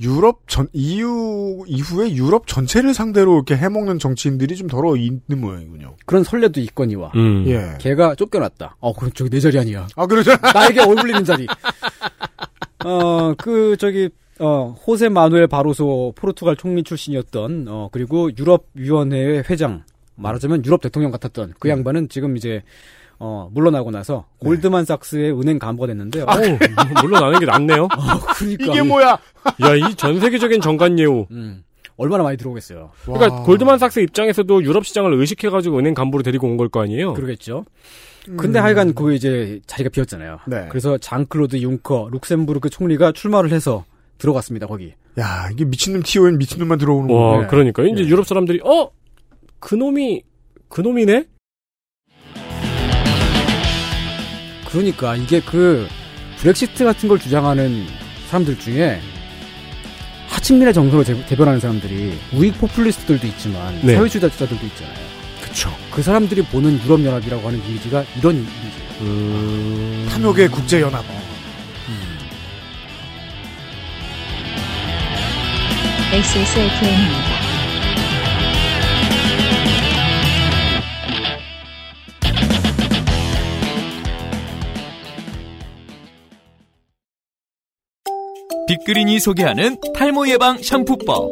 Speaker 2: 유럽 전 EU 이후에 유럽 전체를 상대로 이렇게 해먹는 정치인들이 좀 더러 있는 모양이군요.
Speaker 4: 그런 설레도 있거니와
Speaker 3: 음.
Speaker 2: 예.
Speaker 4: 걔가 쫓겨났다. 어, 그럼 저기 내 자리 아니야.
Speaker 2: 아, 그러죠.
Speaker 4: 나에게 어울리는 자리. 어, 그, 저기, 어, 호세 마누엘 바로소 포르투갈 총리 출신이었던, 어, 그리고 유럽위원회의 회장, 말하자면 유럽 대통령 같았던
Speaker 2: 음.
Speaker 4: 그 양반은 지금 이제, 어, 물러나고 나서
Speaker 2: 네.
Speaker 4: 골드만삭스의 은행 간부가 됐는데요.
Speaker 3: 아, 물러나는 게 낫네요.
Speaker 4: 어, 그러니까.
Speaker 2: 이게 *laughs* 뭐야?
Speaker 3: 야, 이 전 세계적인 정관 예우.
Speaker 4: 음, 얼마나 많이 들어오겠어요.
Speaker 3: 그러니까
Speaker 2: 와.
Speaker 3: 골드만삭스 입장에서도 유럽 시장을 의식해가지고 은행 간부로 데리고 온 걸 거
Speaker 2: 어.
Speaker 3: 아니에요.
Speaker 4: 그러겠죠. 근데 하여간 그 이제 자리가 비었잖아요.
Speaker 2: 네.
Speaker 4: 그래서 장클로드 융커, 룩셈부르크 총리가 출마를 해서 들어갔습니다, 거기.
Speaker 2: 야, 이게 미친놈 TO엔 미친놈만 들어오는
Speaker 3: 와,
Speaker 2: 거네.
Speaker 3: 그러니까 이제
Speaker 4: 예.
Speaker 3: 유럽 사람들이 어, 그 놈이 그 놈이네.
Speaker 4: 그러니까 이게 그 브렉시트 같은 걸 주장하는 사람들 중에 하층민의 정서로 제- 대변하는 사람들이 우익 포퓰리스트들도 있지만
Speaker 3: 네.
Speaker 4: 사회주의자들도 있잖아요.
Speaker 2: 그쵸.
Speaker 4: 그 사람들이 보는 유럽 연합이라고 하는 이미지가 이런 이미지예요.
Speaker 3: 음.
Speaker 2: 탐욕의 국제연합.
Speaker 1: XSFM입니다.
Speaker 9: 빅그린이 소개하는 탈모 예방 샴푸법.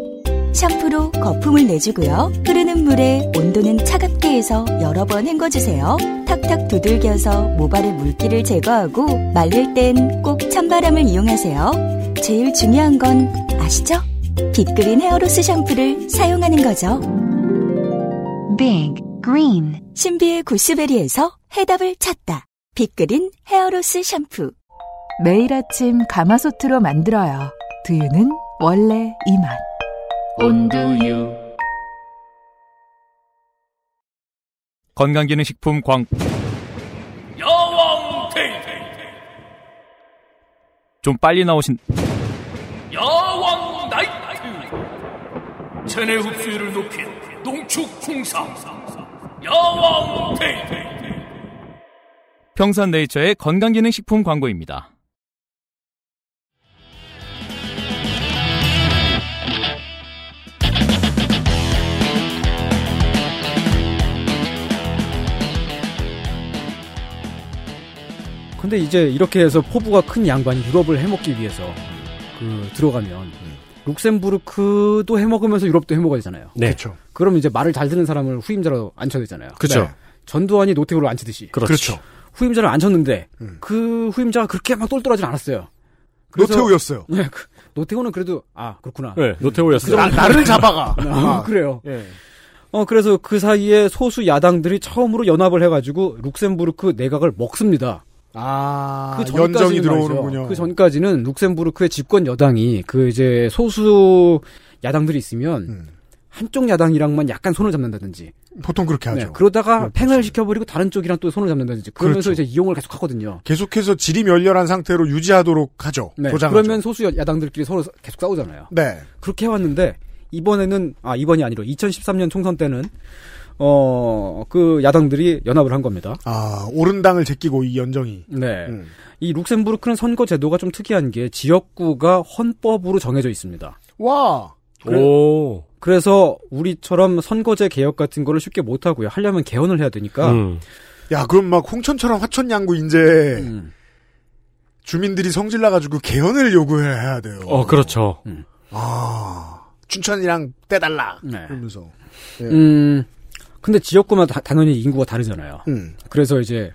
Speaker 5: 샴푸로 거품을 내주고요. 흐르는 물에 온도는 차갑게 해서 여러 번 헹궈주세요. 탁탁 두들겨서 모발의 물기를 제거하고 말릴 땐 꼭 찬바람을 이용하세요. 제일 중요한 건 아시죠? 빅그린 헤어로스 샴푸를 사용하는 거죠.
Speaker 1: Big Green
Speaker 5: 신비의 구스베리에서 해답을 찾다. 빅그린 헤어로스 샴푸.
Speaker 10: 매일 아침 가마솥으로 만들어요. 두유는 원래 이 맛.
Speaker 6: 온두유
Speaker 9: 건강기능식품 광
Speaker 6: 야왕 테이테
Speaker 9: 좀 빨리 나오신
Speaker 6: 야왕 나이트 체내 흡수율을 높인 농축 홍삼 야왕 테이테
Speaker 9: 평산네이처의 건강기능식품 광고입니다.
Speaker 4: 근데 이제 이렇게 해서 포부가 큰 양반이 유럽을 해먹기 위해서 그 들어가면 룩셈부르크도 해먹으면서 유럽도 해먹어야 되잖아요.
Speaker 3: 네.
Speaker 2: 그쵸.
Speaker 4: 그럼 이제 말을 잘 듣는 사람을 후임자로 앉혀야 되잖아요.
Speaker 3: 그쵸.
Speaker 2: 네.
Speaker 4: 전두환이 노태우를 앉히듯이.
Speaker 3: 그렇죠.
Speaker 4: 후임자를 앉혔는데
Speaker 2: 음.
Speaker 4: 그 후임자가 그렇게 막 똘똘하진 않았어요.
Speaker 2: 그렇죠.
Speaker 4: 그래서-
Speaker 2: 노태우였어요.
Speaker 4: 네, 그- 노태우는 그래도 아 그렇구나.
Speaker 3: 네, 노태우였어요.
Speaker 2: 나, 나를 잡아가. 아,
Speaker 4: 아, *laughs* 그래요.
Speaker 2: 예.
Speaker 4: 어 그래서 그 사이에 소수 야당들이 처음으로 연합을 해가지고 룩셈부르크 내각을 먹습니다.
Speaker 2: 아,
Speaker 4: 그 전까지는
Speaker 2: 연정이
Speaker 4: 말이죠.
Speaker 2: 들어오는군요.
Speaker 4: 그 전까지는 룩셈부르크의 집권 여당이 그 이제 소수 야당들이 있으면
Speaker 2: 음.
Speaker 4: 한쪽 야당이랑만 약간 손을 잡는다든지.
Speaker 2: 보통 그렇게 하죠.
Speaker 4: 네, 그러다가
Speaker 2: 그렇죠.
Speaker 4: 팽을 시켜버리고 다른 쪽이랑 또 손을 잡는다든지. 그러면서
Speaker 2: 그렇죠.
Speaker 4: 이제 이용을 계속 하거든요.
Speaker 2: 계속해서 질이 멸렬한 상태로 유지하도록 하죠.
Speaker 4: 네,
Speaker 2: 조장하죠.
Speaker 4: 그러면 소수 야- 야당들끼리 서로 사- 계속 싸우잖아요.
Speaker 2: 네.
Speaker 4: 그렇게 해왔는데 이번에는 아 이번이 아니라 2013년 총선 때는 어 그 야당들이 연합을 한 겁니다.
Speaker 2: 아, 옳은 당을 제끼고 이 연정이.
Speaker 4: 네,
Speaker 2: 음.
Speaker 4: 이 룩셈부르크는 선거 제도가 좀 특이한 게 지역구가 헌법으로 정해져 있습니다.
Speaker 2: 와.
Speaker 3: 오.
Speaker 4: 그래서 우리처럼 선거제 개혁 같은 거를 쉽게 못 하고요. 하려면 개헌을 해야 되니까
Speaker 3: 음.
Speaker 2: 야, 그럼 막 홍천처럼 화천양구 인제
Speaker 4: 음,
Speaker 2: 주민들이 성질 나가지고 개헌을 요구해야 돼요.
Speaker 3: 어, 그렇죠.
Speaker 2: 아, 춘천이랑 떼달라.
Speaker 4: 네.
Speaker 2: 그러면서.
Speaker 4: 음, 근데 지역구마다 다- 당연히 인구가 다르잖아요.
Speaker 2: 음.
Speaker 4: 그래서 이제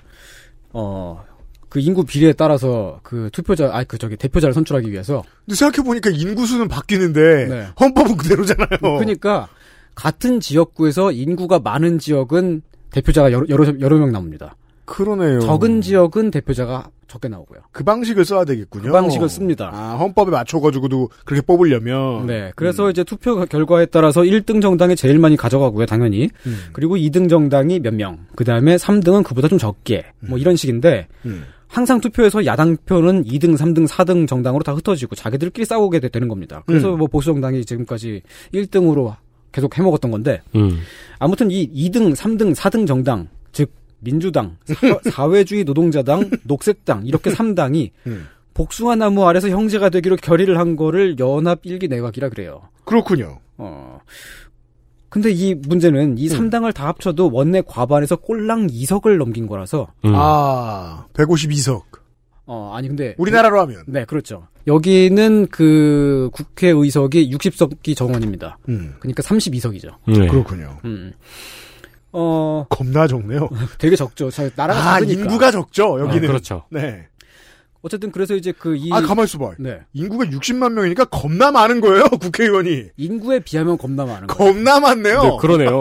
Speaker 4: 어. 그 인구 비례에 따라서 그 투표자 아 그 저기 대표자를 선출하기 위해서
Speaker 2: 근데 생각해보니까 인구수는 바뀌는데,
Speaker 4: 네.
Speaker 2: 헌법은 그대로잖아요.
Speaker 4: 그러니까 같은 지역구에서 인구가 많은 지역은 대표자가 여러, 여러, 여러 명 나옵니다.
Speaker 2: 그러네요.
Speaker 4: 적은 지역은 대표자가 적게 나오고요.
Speaker 2: 그 방식을 써야 되겠군요.
Speaker 4: 그 방식을 씁니다.
Speaker 2: 아, 헌법에 맞춰가지고도 그렇게 뽑으려면.
Speaker 4: 네. 그래서 이제 투표 결과에 따라서 1등 정당이 제일 많이 가져가고요, 당연히.
Speaker 2: 음.
Speaker 4: 그리고 2등 정당이 몇 명. 그 다음에 3등은 그보다 좀 적게. 뭐 이런 식인데,
Speaker 2: 음.
Speaker 4: 항상 투표에서 야당 표는 2등, 3등, 4등 정당으로 다 흩어지고 자기들끼리 싸우게 되- 되는 겁니다. 그래서
Speaker 2: 음.
Speaker 4: 뭐 보수 정당이 지금까지 1등으로 계속 해먹었던 건데,
Speaker 3: 음.
Speaker 4: 아무튼 이 2등, 3등, 4등 정당, 즉 민주당,
Speaker 2: *laughs*
Speaker 4: 사- 사회주의 노동자당, 녹색당 이렇게 3당이
Speaker 2: 음.
Speaker 4: 복숭아 나무 아래서 형제가 되기로 결의를 한 거를 연합 일기 내각이라 그래요.
Speaker 2: 그렇군요.
Speaker 4: 어. 근데 이 문제는 이 3당을 다 합쳐도 원내 과반에서 꼴랑 2석을 넘긴 거라서
Speaker 3: 음.
Speaker 2: 아, 152석.
Speaker 4: 어, 아니 근데
Speaker 2: 우리나라로 하면.
Speaker 4: 네, 그렇죠. 여기는 그 국회 의석이 60석기 정원입니다.
Speaker 2: 음.
Speaker 4: 그러니까 32석이죠.
Speaker 3: 네.
Speaker 2: 그렇군요.
Speaker 4: 음. 어,
Speaker 2: 겁나 적네요.
Speaker 4: 되게 적죠. 저 나라가
Speaker 2: 아,
Speaker 4: 작으니까.
Speaker 2: 인구가 적죠,
Speaker 3: 아,
Speaker 2: 여기는.
Speaker 3: 그렇죠.
Speaker 2: 네.
Speaker 4: 어쨌든 그래서 이제 그 이
Speaker 2: 아, 가만있어 봐.
Speaker 4: 네.
Speaker 2: 인구가 60만 명이니까 겁나 많은 거예요, *laughs* 국회의원이.
Speaker 4: 인구에 비하면 겁나 많은 거예요.
Speaker 2: 겁나 많네요.
Speaker 3: 네, 그러네요.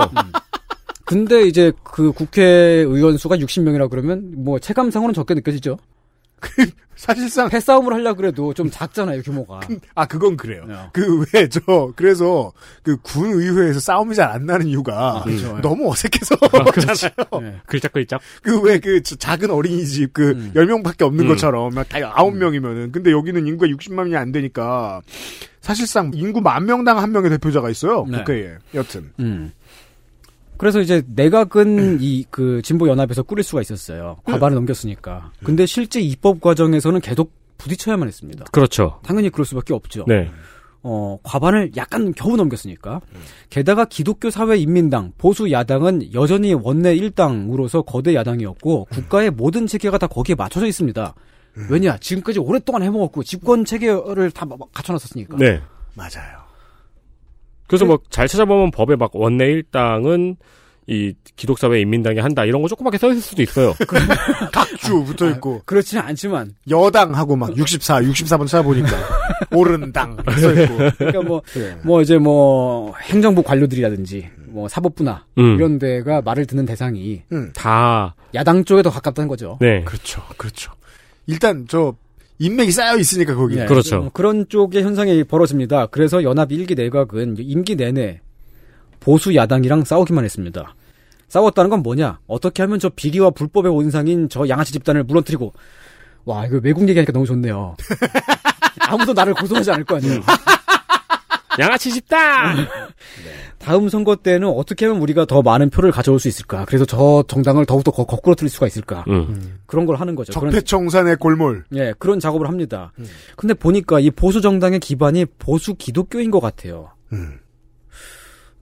Speaker 4: 근데 이제 그 국회의원 수가 60명이라 그러면 뭐 체감상으로는 적게 느껴지죠.
Speaker 2: 사실상, *laughs*
Speaker 4: 패싸움을 하려고 그래도 좀 작잖아요, 규모가.
Speaker 2: 아, 그건 그래요.
Speaker 4: 네.
Speaker 2: 그, 왜, 저, 그래서, 그, 군의회에서 싸움이 잘 안 나는 이유가,
Speaker 4: 그렇죠.
Speaker 2: 너무 어색해서, 잖아요
Speaker 4: 네.
Speaker 3: 글짝글짝.
Speaker 2: 그, 왜, 그, 저 작은 어린이집, 그,
Speaker 4: 음.
Speaker 2: 10명밖에 없는
Speaker 3: 음.
Speaker 2: 것처럼, 막, 다 9명이면은. 근데 여기는 인구가 60만이 안 되니까, 사실상, 인구 만 명당 한 명의 대표자가 있어요,
Speaker 4: 네.
Speaker 2: 국회에. 여튼.
Speaker 4: 음. 그래서 이제
Speaker 3: *clears throat*
Speaker 4: 내각은 이 그 진보 연합에서 꾸릴 수가 있었어요.
Speaker 3: 네.
Speaker 4: 과반을 넘겼으니까. 근데 실제 입법 과정에서는 계속 부딪혀야만 했습니다.
Speaker 3: 그렇죠.
Speaker 4: 당연히 그럴 수밖에 없죠.
Speaker 3: 네.
Speaker 4: 어, 과반을 약간 겨우 넘겼으니까. 게다가 기독교 사회 인민당, 보수 야당은 여전히 원내 1당으로서 거대 야당이었고
Speaker 3: 네.
Speaker 4: 국가의 모든 체계가 다 거기에 맞춰져 있습니다. 왜냐? 지금까지 오랫동안 해먹었고 집권 체계를 다 막- 막 갖춰놨었으니까.
Speaker 3: 네.
Speaker 2: 맞아요.
Speaker 3: 그래서 뭐 잘 찾아보면 법에 막 원내 일당은 이 기독사회 인민당이 한다 이런 거 조그맣게 써 있을 수도 있어요.
Speaker 2: 쭉 붙어 있고
Speaker 4: 그렇지는 않지만
Speaker 2: 여당하고 막 64, 64번 찾아보니까 오른당 써 있고
Speaker 4: 그러니까 뭐, 뭐 이제 뭐 행정부 관료들이라든지 뭐 사법부나
Speaker 3: 음.
Speaker 4: 이런 데가 말을 듣는 대상이
Speaker 3: 다
Speaker 4: 야당 쪽에 더 가깝다는 거죠.
Speaker 3: 네.
Speaker 2: 그렇죠, 그렇죠. 일단 저 인맥이 쌓여 있으니까 거기
Speaker 4: 네.
Speaker 3: 그렇죠.
Speaker 4: 어, 그런 쪽의 현상이 벌어집니다. 그래서 연합 일기 내각은 임기 내내 보수 야당이랑 싸우기만 했습니다. 싸웠다는 건 뭐냐? 어떻게 하면 저 비리와 불법의 온상인 저 양아치 집단을 무너뜨리고 와 이거 외국 얘기하니까 너무 좋네요. 아무도 나를 고소하지 않을 거 아니에요.
Speaker 3: 양아치 집단.
Speaker 4: 다음 선거 때는 어떻게 하면 우리가 더 많은 표를 가져올 수 있을까? 그래서 저 정당을 더욱더 거- 거꾸로 틀릴 수가 있을까?
Speaker 3: 음.
Speaker 4: 그런 걸 하는 거죠. 그런
Speaker 2: 적폐청산의 음. 골몰.
Speaker 4: 예, 그런 작업을 합니다. 근데 보니까 이 보수 정당의 기반이 보수 기독교인 것 같아요.
Speaker 2: 음.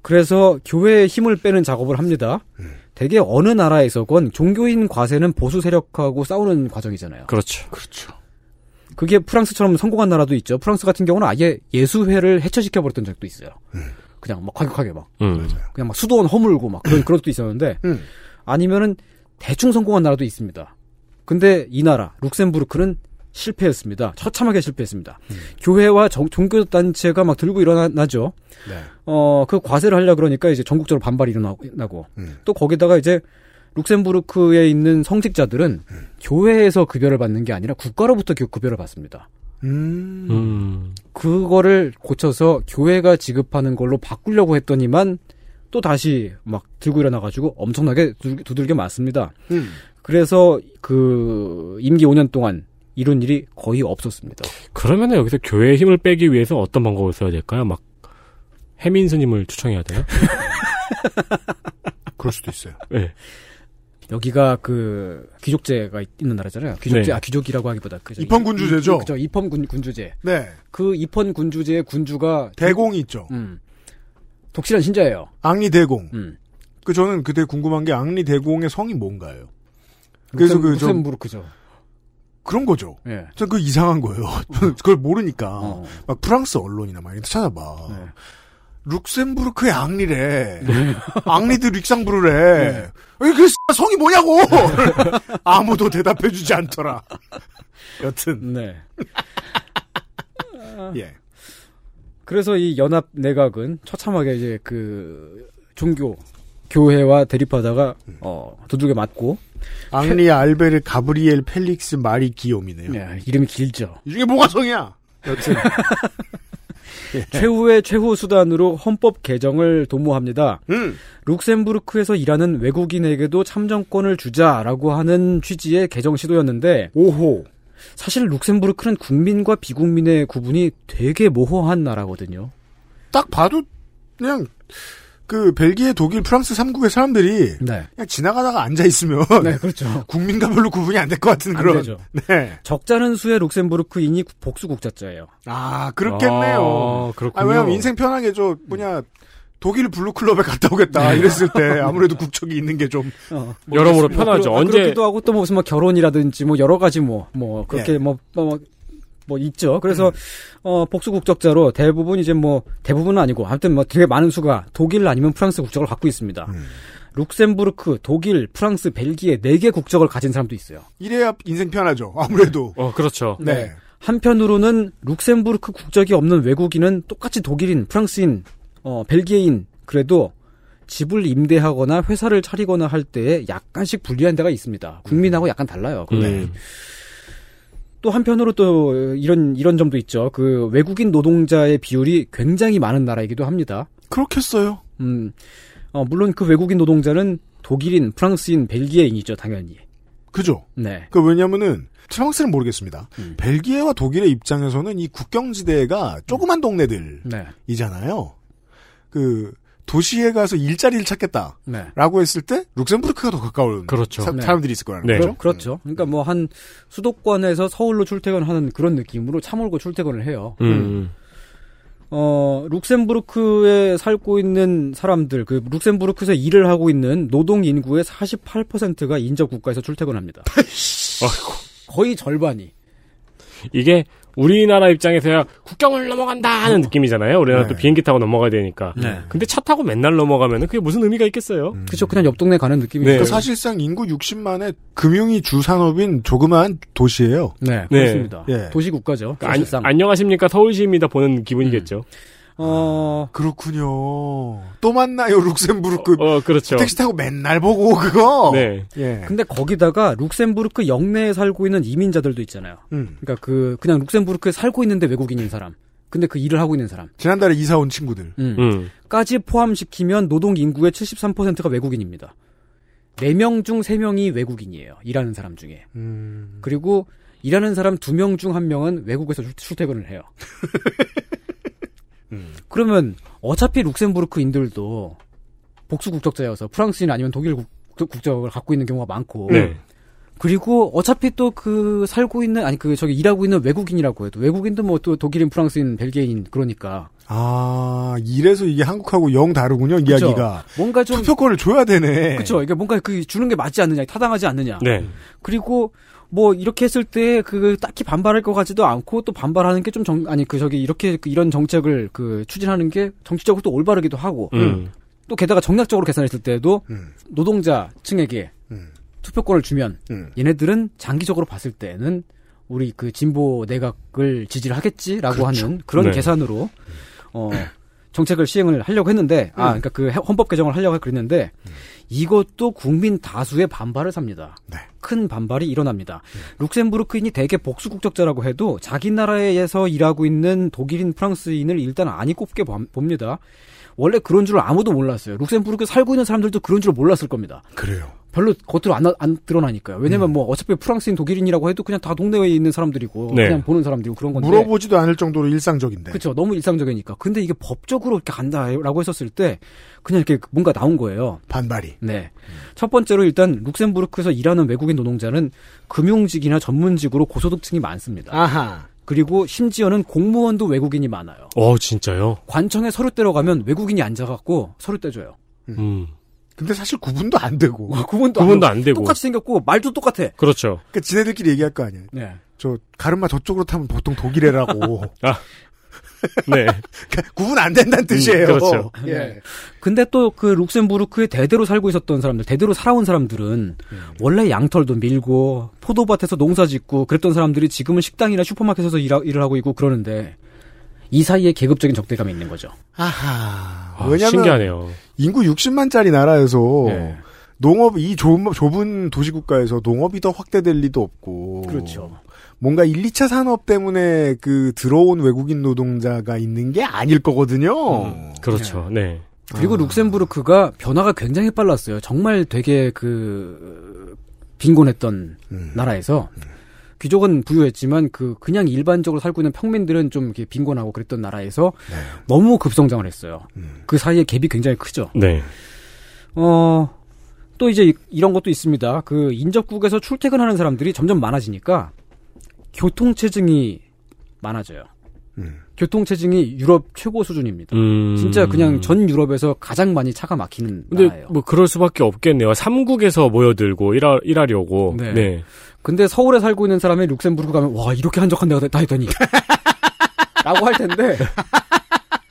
Speaker 4: 그래서 교회에 힘을 빼는 작업을 합니다.
Speaker 2: 음.
Speaker 4: 대개 어느 나라에서건 종교인 과세는 보수 세력하고 싸우는 과정이잖아요.
Speaker 3: 그렇죠.
Speaker 4: 그게 프랑스처럼 성공한 나라도 있죠. 프랑스 같은 경우는 아예 예수회를 해체시켜 버렸던 적도 있어요.
Speaker 2: 음.
Speaker 4: 그냥 막 과격하게 막
Speaker 3: 음.
Speaker 4: 그냥 막 수도원 허물고 막 그런 그런 것도 있었는데
Speaker 2: 음.
Speaker 4: 아니면은 대충 성공한 나라도 있습니다. 근데 이 나라 룩셈부르크는 실패했습니다. 처참하게 실패했습니다.
Speaker 2: 음.
Speaker 4: 교회와 정- 종교 단체가 막 들고 일어나죠.
Speaker 2: 네.
Speaker 4: 어, 그 과세를 하려 그러니까 이제 전국적으로 반발이 일어나고
Speaker 2: 음.
Speaker 4: 또 거기다가 이제 룩셈부르크에 있는 성직자들은
Speaker 2: 음.
Speaker 4: 교회에서 급여를 받는 게 아니라 국가로부터 교- 급여를 받습니다.
Speaker 2: 음.
Speaker 3: 음.
Speaker 4: 그거를 고쳐서 교회가 지급하는 걸로 바꾸려고 했더니만 또 다시 막 들고 일어나가지고 엄청나게 두들- 두들겨 맞습니다.
Speaker 2: 음.
Speaker 4: 그래서 그 임기 5년 동안 이룬 일이 거의 없었습니다.
Speaker 3: 그러면은 여기서 교회의 힘을 빼기 위해서 어떤 방법을 써야 될까요? 막 해민 스님을 추청해야 되나?
Speaker 2: 그럴 수도 있어요.
Speaker 3: *laughs* 네.
Speaker 4: 여기가 그 귀족제가 있- 있는 나라잖아요. 귀족제
Speaker 3: 네.
Speaker 4: 아 귀족이라고 하기보다 그죠?
Speaker 2: 입헌 군주제죠?
Speaker 4: 그죠? 입헌 군, 군주제.
Speaker 2: 네.
Speaker 4: 그 입헌 군주제의 군주가
Speaker 2: 대공이 있죠.
Speaker 4: 음, 독실한 신자예요.
Speaker 2: 앙리 대공.
Speaker 4: 음.
Speaker 2: 그 저는 그때 궁금한 게 앙리 대공의 성이 뭔가요? 그래서 그 좀-
Speaker 4: 룩셈부르크죠.
Speaker 2: 그런 거죠.
Speaker 4: 예.
Speaker 2: 전 그 이상한 거예요. *laughs* 저는 그걸 모르니까
Speaker 4: 어.
Speaker 2: 막 프랑스 언론이나 막 이런 데 찾아봐.
Speaker 4: 네.
Speaker 2: 룩셈부르크의 앙리래. *laughs* 앙리드
Speaker 4: 네.
Speaker 2: 릭상부르래. 아니, 그 X가 성이 뭐냐고! *laughs* 아무도 대답해주지 않더라. *laughs* 여튼,
Speaker 4: 네. 음.
Speaker 2: 예.
Speaker 4: 그래서 이 연합 내각은 처참하게 이제 그 종교 교회와 대립하다가 어, 두들겨 맞고
Speaker 2: 앙리 알베르 가브리엘 펠릭스 마리 기욤이네요.
Speaker 4: 네, 이름이 길죠.
Speaker 2: 이게 뭐가 성이야?
Speaker 4: *laughs*
Speaker 2: 여튼
Speaker 4: 최후의 최후 수단으로 헌법 개정을 도모합니다.
Speaker 2: 음.
Speaker 4: 룩셈부르크에서 일하는 외국인에게도 참정권을 주자라고 하는 취지의 개정 시도였는데
Speaker 2: 오호
Speaker 4: 사실 룩셈부르크는 국민과 비국민의 구분이 되게 모호한 나라거든요.
Speaker 2: 딱 봐도 그냥 그 벨기에, 독일, 프랑스 3국의 사람들이
Speaker 4: 네.
Speaker 2: 그냥 지나가다가 앉아 있으면
Speaker 4: 네, 그렇죠.
Speaker 2: 국민과 별로 구분이 안 될 것 같은
Speaker 4: 안
Speaker 2: 그런.
Speaker 4: 되죠.
Speaker 2: *laughs* 네.
Speaker 4: 적잖은 수의 룩셈부르크인이 복수 국자자예요.
Speaker 2: 아 그렇겠네요.
Speaker 3: 아, 그렇군요.
Speaker 2: 아, 왜냐면 인생 편하게 저 뭐냐 독일 블루클럽에 갔다
Speaker 3: 네.
Speaker 2: 오겠다 이랬을
Speaker 3: *laughs*
Speaker 2: 때 아무래도 국적이 있는 게 좀
Speaker 4: 어.
Speaker 3: 여러모로 편하죠.
Speaker 4: 아,
Speaker 3: 언제
Speaker 4: 그렇기도 하고 또 무슨 뭐 결혼이라든지 뭐 여러 가지 뭐 뭐 그렇게
Speaker 2: 예.
Speaker 4: 뭐 뭐 뭐 있죠. 그래서
Speaker 3: 음.
Speaker 4: 어 복수 국적자로 대부분 이제 뭐 대부분은 아니고 아무튼 뭐 되게 많은 수가 독일 아니면 프랑스 국적을 갖고 있습니다.
Speaker 3: 음.
Speaker 4: 룩셈부르크, 독일, 프랑스, 벨기에 네 개 국적을 가진 사람도 있어요.
Speaker 2: 이래야 인생 편하죠. 아무래도
Speaker 3: 어 그렇죠.
Speaker 2: 네.
Speaker 4: 한편으로는 룩셈부르크 국적이 없는 외국인은 똑같이 독일인, 프랑스인, 어, 벨기에인 그래도 집을 임대하거나 회사를 차리거나 할 때에 약간씩 불리한 데가 있습니다. 국민하고 약간 달라요.
Speaker 3: 음.
Speaker 4: 근데 또 한편으로 또 이런 이런 점도 있죠. 그 외국인 노동자의 비율이 굉장히 많은 나라이기도 합니다.
Speaker 2: 그렇겠어요.
Speaker 4: 음, 어, 물론 그 외국인 노동자는 독일인, 프랑스인, 벨기에인이죠, 당연히.
Speaker 2: 그죠?
Speaker 4: 네,
Speaker 2: 그 왜냐면은 프랑스는 모르겠습니다.
Speaker 4: 음.
Speaker 2: 벨기에와 독일의 입장에서는 이 국경지대가 조그만 동네들이잖아요.
Speaker 4: 네,
Speaker 2: 그 도시에 가서 일자리를 찾겠다.
Speaker 4: 네.
Speaker 2: 라고 했을 때 룩셈부르크가 더 가까운
Speaker 3: 그렇죠.
Speaker 2: 사,
Speaker 4: 네.
Speaker 2: 람들이 있을 거라는
Speaker 3: 네.
Speaker 2: 거죠.
Speaker 4: 그렇죠 그러니까 뭐 한 수도권에서 서울로 출퇴근하는 그런 느낌으로 차 몰고 출퇴근을 해요.
Speaker 3: 음.
Speaker 4: 어, 룩셈부르크에 살고 있는 사람들, 그 룩셈부르크에서 일을 하고 있는 노동 인구의 48%가 인접 국가에서 출퇴근합니다. 거의 절반이.
Speaker 3: 이게 우리나라 입장에서야 국경을 넘어간다 하는 느낌이잖아요. 우리나라 또
Speaker 2: 네.
Speaker 3: 비행기 타고 넘어가야 되니까.
Speaker 4: 네.
Speaker 3: 근데 차 타고 맨날 넘어가면은 그게 무슨 의미가 있겠어요?
Speaker 4: 그렇죠. 그냥 옆 동네 가는 느낌이죠.
Speaker 3: 네.
Speaker 2: 그 사실상 인구 60만의 금융이 주산업인 조그마한 도시예요.
Speaker 4: 네,
Speaker 3: 네.
Speaker 4: 그렇습니다.
Speaker 2: 예.
Speaker 4: 도시 국가죠.
Speaker 3: 그러니까 안,
Speaker 4: 사실상.
Speaker 3: 안녕하십니까 서울시입니다 보는 기분이겠죠.
Speaker 4: 어,
Speaker 2: 그렇군요. 또 만나요 룩셈부르크.
Speaker 3: 어 그렇죠.
Speaker 2: 택시 타고 맨날 보고 그거.
Speaker 3: 네.
Speaker 2: 예.
Speaker 4: 근데 거기다가 룩셈부르크 영내에 살고 있는 이민자들도 있잖아요.
Speaker 2: 음.
Speaker 4: 그러니까 그 그냥 룩셈부르크에 살고 있는데 외국인인 사람. 근데 그 일을 하고 있는 사람.
Speaker 2: 지난달에 이사 온 친구들.
Speaker 4: 음.
Speaker 3: 음.
Speaker 4: 까지 포함시키면 노동 인구의 73%가 외국인입니다. 4명 중 3명이 외국인이에요. 일하는 사람 중에.
Speaker 2: 음.
Speaker 4: 그리고 일하는 사람 2명 중 1명은 외국에서 출- 출퇴근을
Speaker 2: *laughs*
Speaker 4: 해요.
Speaker 2: 음.
Speaker 4: 그러면 어차피 룩셈부르크인들도 복수 국적자여서 프랑스인 아니면 독일 국- 국적을 갖고 있는 경우가 많고
Speaker 3: 네.
Speaker 4: 그리고 어차피 또 그 살고 있는 아니 그 저기 일하고 있는 외국인이라고 해도 외국인도 뭐 또 독일인 프랑스인 벨기에인 그러니까
Speaker 2: 아, 이래서 이게 한국하고 영 다르군요,
Speaker 4: 그쵸?
Speaker 2: 이야기가.
Speaker 4: 뭔가 좀
Speaker 2: 투표권을 줘야 되네.
Speaker 4: 그쵸 이게 뭔가 그 주는 게 맞지 않느냐 타당하지 않느냐
Speaker 3: 네.
Speaker 4: 그리고 뭐 이렇게 했을 때 그 딱히 반발할 것 같지도 않고 또 반발하는 게 좀 정 아니 그 저기 이렇게 그 이런 정책을 그 추진하는 게 정치적으로 또 올바르기도 하고
Speaker 3: 음.
Speaker 4: 또 게다가 정략적으로 계산했을 때도
Speaker 2: 음.
Speaker 4: 노동자층에게
Speaker 2: 음.
Speaker 4: 투표권을 주면
Speaker 2: 음.
Speaker 4: 얘네들은 장기적으로 봤을 때는 우리 그 진보 내각을 지지를 하겠지라고
Speaker 2: 그렇죠.
Speaker 4: 하는 그런
Speaker 3: 네.
Speaker 4: 계산으로 어
Speaker 2: 음.
Speaker 4: 정책을 시행을 하려고 했는데 아 그러니까 그 헌법 개정을 하려고 그랬는데
Speaker 2: 음.
Speaker 4: 이것도 국민 다수의 반발을 삽니다.
Speaker 2: 네. 음.
Speaker 4: 큰 반발이 일어납니다. 룩셈부르크인이 대개 복수 국적자라고 해도 자기 나라에서 일하고 있는 독일인 프랑스인을 일단 아니 꼽게 봄- 봅니다. 원래 그런 줄 아무도 몰랐어요. 룩셈부르크 살고 있는 사람들도 그런 줄 몰랐을 겁니다.
Speaker 2: 그래요.
Speaker 4: 별로 겉으로 안, 나- 안 드러나니까요. 왜냐면
Speaker 2: 음.
Speaker 4: 뭐 어차피 프랑스인 독일인이라고 해도 그냥 다 동네에 있는 사람들이고
Speaker 3: 네.
Speaker 4: 그냥 보는 사람들이고 그런 건데.
Speaker 2: 물어보지도 네. 않을 정도로 일상적인데.
Speaker 4: 그쵸. 너무 일상적이니까. 근데 이게 법적으로 이렇게 간다라고 했었을 때 그냥 이렇게 뭔가 나온 거예요.
Speaker 2: 반발이.
Speaker 4: 네.
Speaker 2: 음.
Speaker 4: 첫 번째로 일단 룩셈부르크에서 일하는 외국인 노동자는 금융직이나 전문직으로 고소득층이 많습니다.
Speaker 2: 아하.
Speaker 4: 그리고 심지어는 공무원도 외국인이 많아요.
Speaker 3: 어 진짜요.
Speaker 4: 관청에 서류 떼러 가면 외국인이 앉아갖고 서류 떼줘요.
Speaker 3: 음.
Speaker 2: 근데 사실 구분도 안 되고.
Speaker 4: 뭐 구분도,
Speaker 3: 구분도 안 되고.
Speaker 4: 똑같이 생겼고 말도 똑같아.
Speaker 3: 그렇죠.
Speaker 2: 그러니까 지네들끼리 얘기할 거 아니야.
Speaker 4: 네.
Speaker 2: 저 가르마 저쪽으로 타면 보통 독일애라고.
Speaker 3: 네.
Speaker 2: 그러니까 구분 안 된다는 *laughs* 뜻이에요.
Speaker 3: 그렇죠.
Speaker 2: 예.
Speaker 4: 근데 또 그 룩셈부르크에 대대로 살고 있었던 사람들, 대대로 살아온 사람들은 원래 양털도 밀고 포도밭에서 농사 짓고 그랬던 사람들이 지금은 식당이나 슈퍼마켓에서 일하, 일을 하고 있고 그러는데 이 사이에 계급적인 적대감이 있는 거죠.
Speaker 2: 아하.
Speaker 3: 아,
Speaker 2: 왜냐면
Speaker 3: 신기하네요.
Speaker 2: 인구 60만짜리 나라에서
Speaker 4: 예.
Speaker 2: 농업 이 좁은, 좁은 도시국가에서 농업이 더 확대될 리도 없고
Speaker 4: 그렇죠.
Speaker 2: 뭔가 1, 2차 산업 때문에 그 들어온 외국인 노동자가 있는 게 아닐 거거든요.
Speaker 3: 그렇죠. 네.
Speaker 4: 그리고 룩셈부르크가 변화가 굉장히 빨랐어요. 정말 되게 그 빈곤했던 나라에서 귀족은 부유했지만 그 그냥 일반적으로 살고 있는 평민들은 좀 이렇게 빈곤하고 그랬던 나라에서 너무 급성장을 했어요. 그 사이에 갭이 굉장히 크죠.
Speaker 3: 네.
Speaker 4: 어, 또 이제 이- 이런 것도 있습니다. 그 인접국에서 출퇴근하는 사람들이 점점 많아지니까 교통체증이 많아져요.
Speaker 2: 음.
Speaker 4: 교통체증이 유럽 최고 수준입니다.
Speaker 3: 음.
Speaker 4: 진짜 그냥 전 유럽에서 가장 많이 차가 막히는
Speaker 3: 근데
Speaker 4: 나라예요.
Speaker 3: 뭐 그럴 수밖에 없겠네요. 삼국에서 모여들고 일하, 일하려고.
Speaker 4: 네.
Speaker 3: 네.
Speaker 4: 근데 서울에 살고 있는 사람이 룩셈부르크 가면 와 이렇게 한적한 데가 다 있더니 라고 할 텐데 *laughs*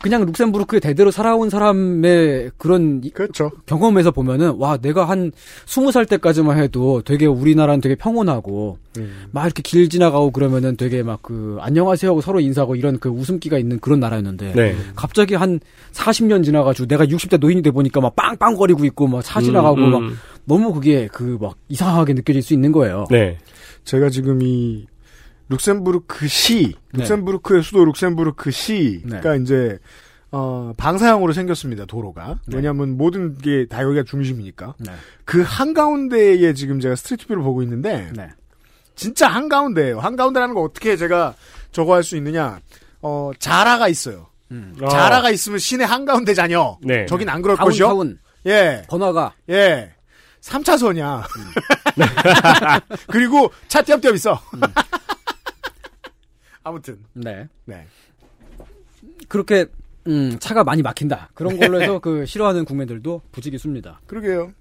Speaker 4: 그냥 룩셈부르크에 대대로 살아온 사람의 그런 이-
Speaker 2: 그렇죠.
Speaker 4: 경험에서 보면은 와 내가 한 스무 살 때까지만 해도 되게 우리나라는 되게 평온하고 막 이렇게 길 지나가고 그러면은 되게 막 그 안녕하세요 하고 서로 인사하고 이런 그 웃음기가 있는 그런 나라였는데
Speaker 3: 네.
Speaker 4: 갑자기 한 40년 지나가지고 내가 60대 노인이 돼 보니까 막 빵빵거리고 있고 막 차 지나가고
Speaker 3: 음,
Speaker 4: 막
Speaker 3: 음.
Speaker 4: 너무 그게 그 막 이상하게 느껴질 수 있는 거예요.
Speaker 3: 네.
Speaker 2: 제가 지금 이 룩셈부르크 시,
Speaker 4: 네.
Speaker 2: 룩셈부르크의 수도 룩셈부르크 시가 이제 어, 방사형으로 생겼습니다. 도로가
Speaker 4: 네.
Speaker 2: 왜냐하면 모든 게 다 여기가 중심이니까
Speaker 4: 네.
Speaker 2: 그 한가운데에 지금 제가 스트리트뷰를 보고 있는데
Speaker 4: 네.
Speaker 2: 진짜 한가운데예요. 한가운데라는 거 어떻게 제가 저거 할 수 있느냐? 어 자라가 있어요. 음.
Speaker 3: 아,
Speaker 2: 자라가 있으면 시내 한가운데 자녀.
Speaker 3: 네.
Speaker 2: 저긴 안 그럴 것이요.
Speaker 4: 아. 다운타운
Speaker 2: 예.
Speaker 4: 번화가
Speaker 2: 예. 3차선이야. *laughs* 그리고 차 띄엄띄엄 있어. 아무튼,
Speaker 4: 네.
Speaker 2: 네.
Speaker 4: 그렇게 음, 차가 많이 막힌다. 그런 걸로
Speaker 2: 네.
Speaker 4: 해서 그 싫어하는 국민들도 부지기수입니다.
Speaker 2: 그러게요.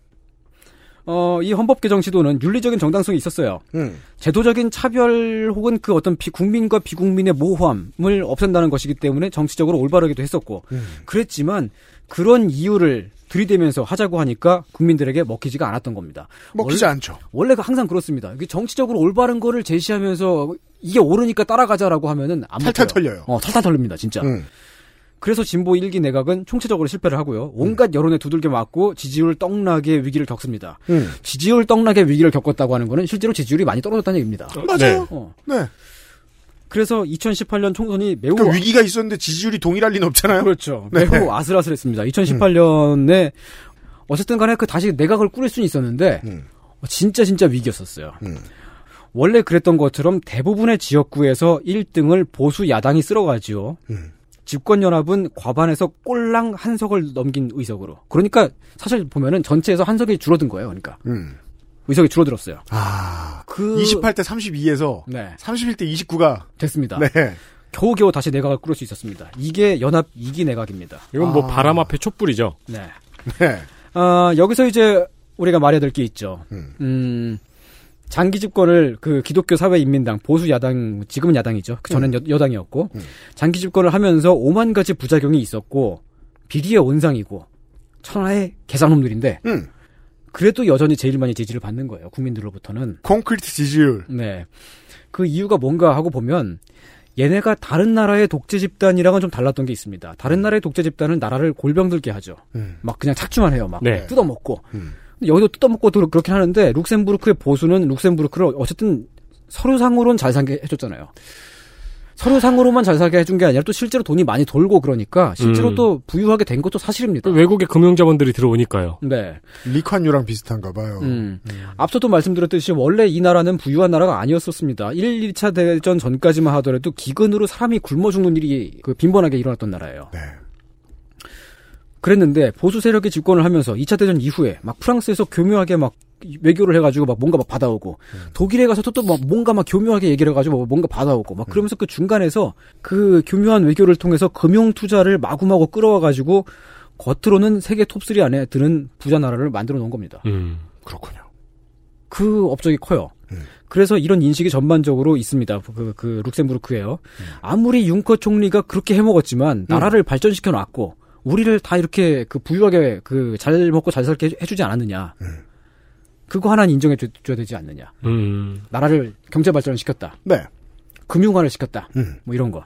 Speaker 4: 어, 이 헌법 개정 시도는 윤리적인 정당성이 있었어요.
Speaker 2: 음.
Speaker 4: 제도적인 차별 혹은 그 어떤 비국민과 비국민의 모호함을 없앤다는 것이기 때문에 정치적으로 올바르기도 했었고
Speaker 2: 음.
Speaker 4: 그랬지만 그런 이유를 들이대면서 하자고 하니까 국민들에게 먹히지가 않았던 겁니다.
Speaker 2: 먹히지 않죠.
Speaker 4: 원래가 항상 그렇습니다. 이게 정치적으로 올바른 거를 제시하면서 이게 옳으니까 따라가자라고 하면은 안
Speaker 2: 탈탈
Speaker 4: 먹혀요.
Speaker 2: 털려요.
Speaker 4: 어, 탈탈 털립니다, 진짜.
Speaker 2: 음.
Speaker 4: 그래서 진보 일기 내각은 총체적으로 실패를 하고요. 온갖 여론에 두들겨 맞고 지지율 떡나게 위기를 겪습니다.
Speaker 2: 음.
Speaker 4: 지지율 떡나게 위기를 겪었다고 하는 거는 실제로 지지율이 많이 떨어졌다는 얘기입니다.
Speaker 2: 음. 맞아요.
Speaker 4: 어.
Speaker 2: 네.
Speaker 4: 그래서 2018년 총선이 매우
Speaker 2: 그러니까 위기가 있었는데 지지율이 동일할 리는 없잖아요.
Speaker 4: 그렇죠.
Speaker 2: 네.
Speaker 4: 매우 아슬아슬했습니다. 2018년에 어쨌든 간에 그 다시 내각을 꾸릴 수는 있었는데
Speaker 2: 음.
Speaker 4: 어, 진짜 진짜 위기였었어요.
Speaker 2: 음.
Speaker 4: 원래 그랬던 것처럼 대부분의 지역구에서 1등을 보수 야당이 쓸어가지요.
Speaker 2: 음.
Speaker 4: 집권연합은 과반에서 꼴랑 한 석을 넘긴 의석으로. 그러니까 사실 보면은 전체에서 한 석이 줄어든 거예요. 그러니까
Speaker 2: 음.
Speaker 4: 의석이 줄어들었어요.
Speaker 2: 아.
Speaker 4: 그
Speaker 2: 28대 32에서
Speaker 4: 네
Speaker 2: 31대 29가
Speaker 4: 됐습니다.
Speaker 2: 네.
Speaker 4: 겨우겨우 다시 내각을 꾸릴 수 있었습니다. 이게 연합 2기 내각입니다.
Speaker 3: 이건 뭐
Speaker 2: 아.
Speaker 3: 바람 앞에 촛불이죠.
Speaker 4: 네.
Speaker 2: 네.
Speaker 4: 아, 여기서 이제 우리가 말해야 될 게 있죠.
Speaker 2: 음.
Speaker 4: 음, 장기 집권을 그 기독교 사회인민당 보수 야당 지금은 야당이죠. 그
Speaker 2: 음.
Speaker 4: 전엔 여, 당이었고 장기 집권을 하면서 오만 가지 부작용이 있었고 비리의 온상이고 천하의 계산놈들인데
Speaker 2: 음.
Speaker 4: 그래도 여전히 제일 많이 지지를 받는 거예요. 국민들로부터는.
Speaker 2: 콘크리트 지지율.
Speaker 4: 네. 그 이유가 뭔가 하고 보면 얘네가 다른 나라의 독재 집단이랑은 좀 달랐던 게 있습니다. 다른 나라의 독재 집단은 나라를 골병들게 하죠.
Speaker 2: 음.
Speaker 4: 막 그냥 착주만 해요. 막
Speaker 3: 네.
Speaker 4: 뜯어먹고.
Speaker 2: 음.
Speaker 4: 근데 여기도 뜯어먹고 도- 그렇긴 하는데 룩셈부르크의 보수는 룩셈부르크를 어쨌든 서류상으로는 잘 살게 해줬잖아요. 서류상으로만 잘 살게 해준 게 아니라 또 실제로 돈이 많이 돌고 그러니까 실제로
Speaker 3: 음.
Speaker 4: 또 부유하게 된 것도 사실입니다.
Speaker 3: 그 외국의 금융자본들이 들어오니까요.
Speaker 4: 네.
Speaker 2: 리콴유랑 비슷한가 봐요.
Speaker 4: 음. 앞서도 말씀드렸듯이 원래 이 나라는 부유한 나라가 아니었었습니다. 1, 2차 대전 전까지만 하더라도 기근으로 사람이 굶어 죽는 일이 그 빈번하게 일어났던 나라예요.
Speaker 2: 네.
Speaker 4: 그랬는데 보수 세력이 집권을 하면서 2차 대전 이후에 막 프랑스에서 교묘하게 막 외교를 해가지고 막 뭔가 막 받아오고 독일에 가서 또 또 막 뭔가 막 교묘하게 얘기를 해가지고 막 뭔가 받아오고 막 그러면서 그 중간에서 그 교묘한 외교를 통해서 금융 투자를 마구마구 끌어와가지고 겉으로는 세계 톱3 안에 드는 부자 나라를 만들어 놓은 겁니다.
Speaker 3: 음.
Speaker 2: 그렇군요.
Speaker 4: 그 업적이 커요.
Speaker 2: 음.
Speaker 4: 그래서 이런 인식이 전반적으로 있습니다. 그, 그 룩셈부르크에요. 아무리 융커 총리가 그렇게 해먹었지만 나라를 발전시켜 놨고 우리를 다 이렇게 그 부유하게 그 잘 먹고 잘 살게 해주지 않았느냐.
Speaker 2: 음.
Speaker 4: 그거 하나는 인정해 줘- 줘야 되지 않느냐.
Speaker 3: 음.
Speaker 4: 나라를 경제 발전을 시켰다.
Speaker 2: 네.
Speaker 4: 금융화를 시켰다.
Speaker 2: 음.
Speaker 4: 뭐 이런 거.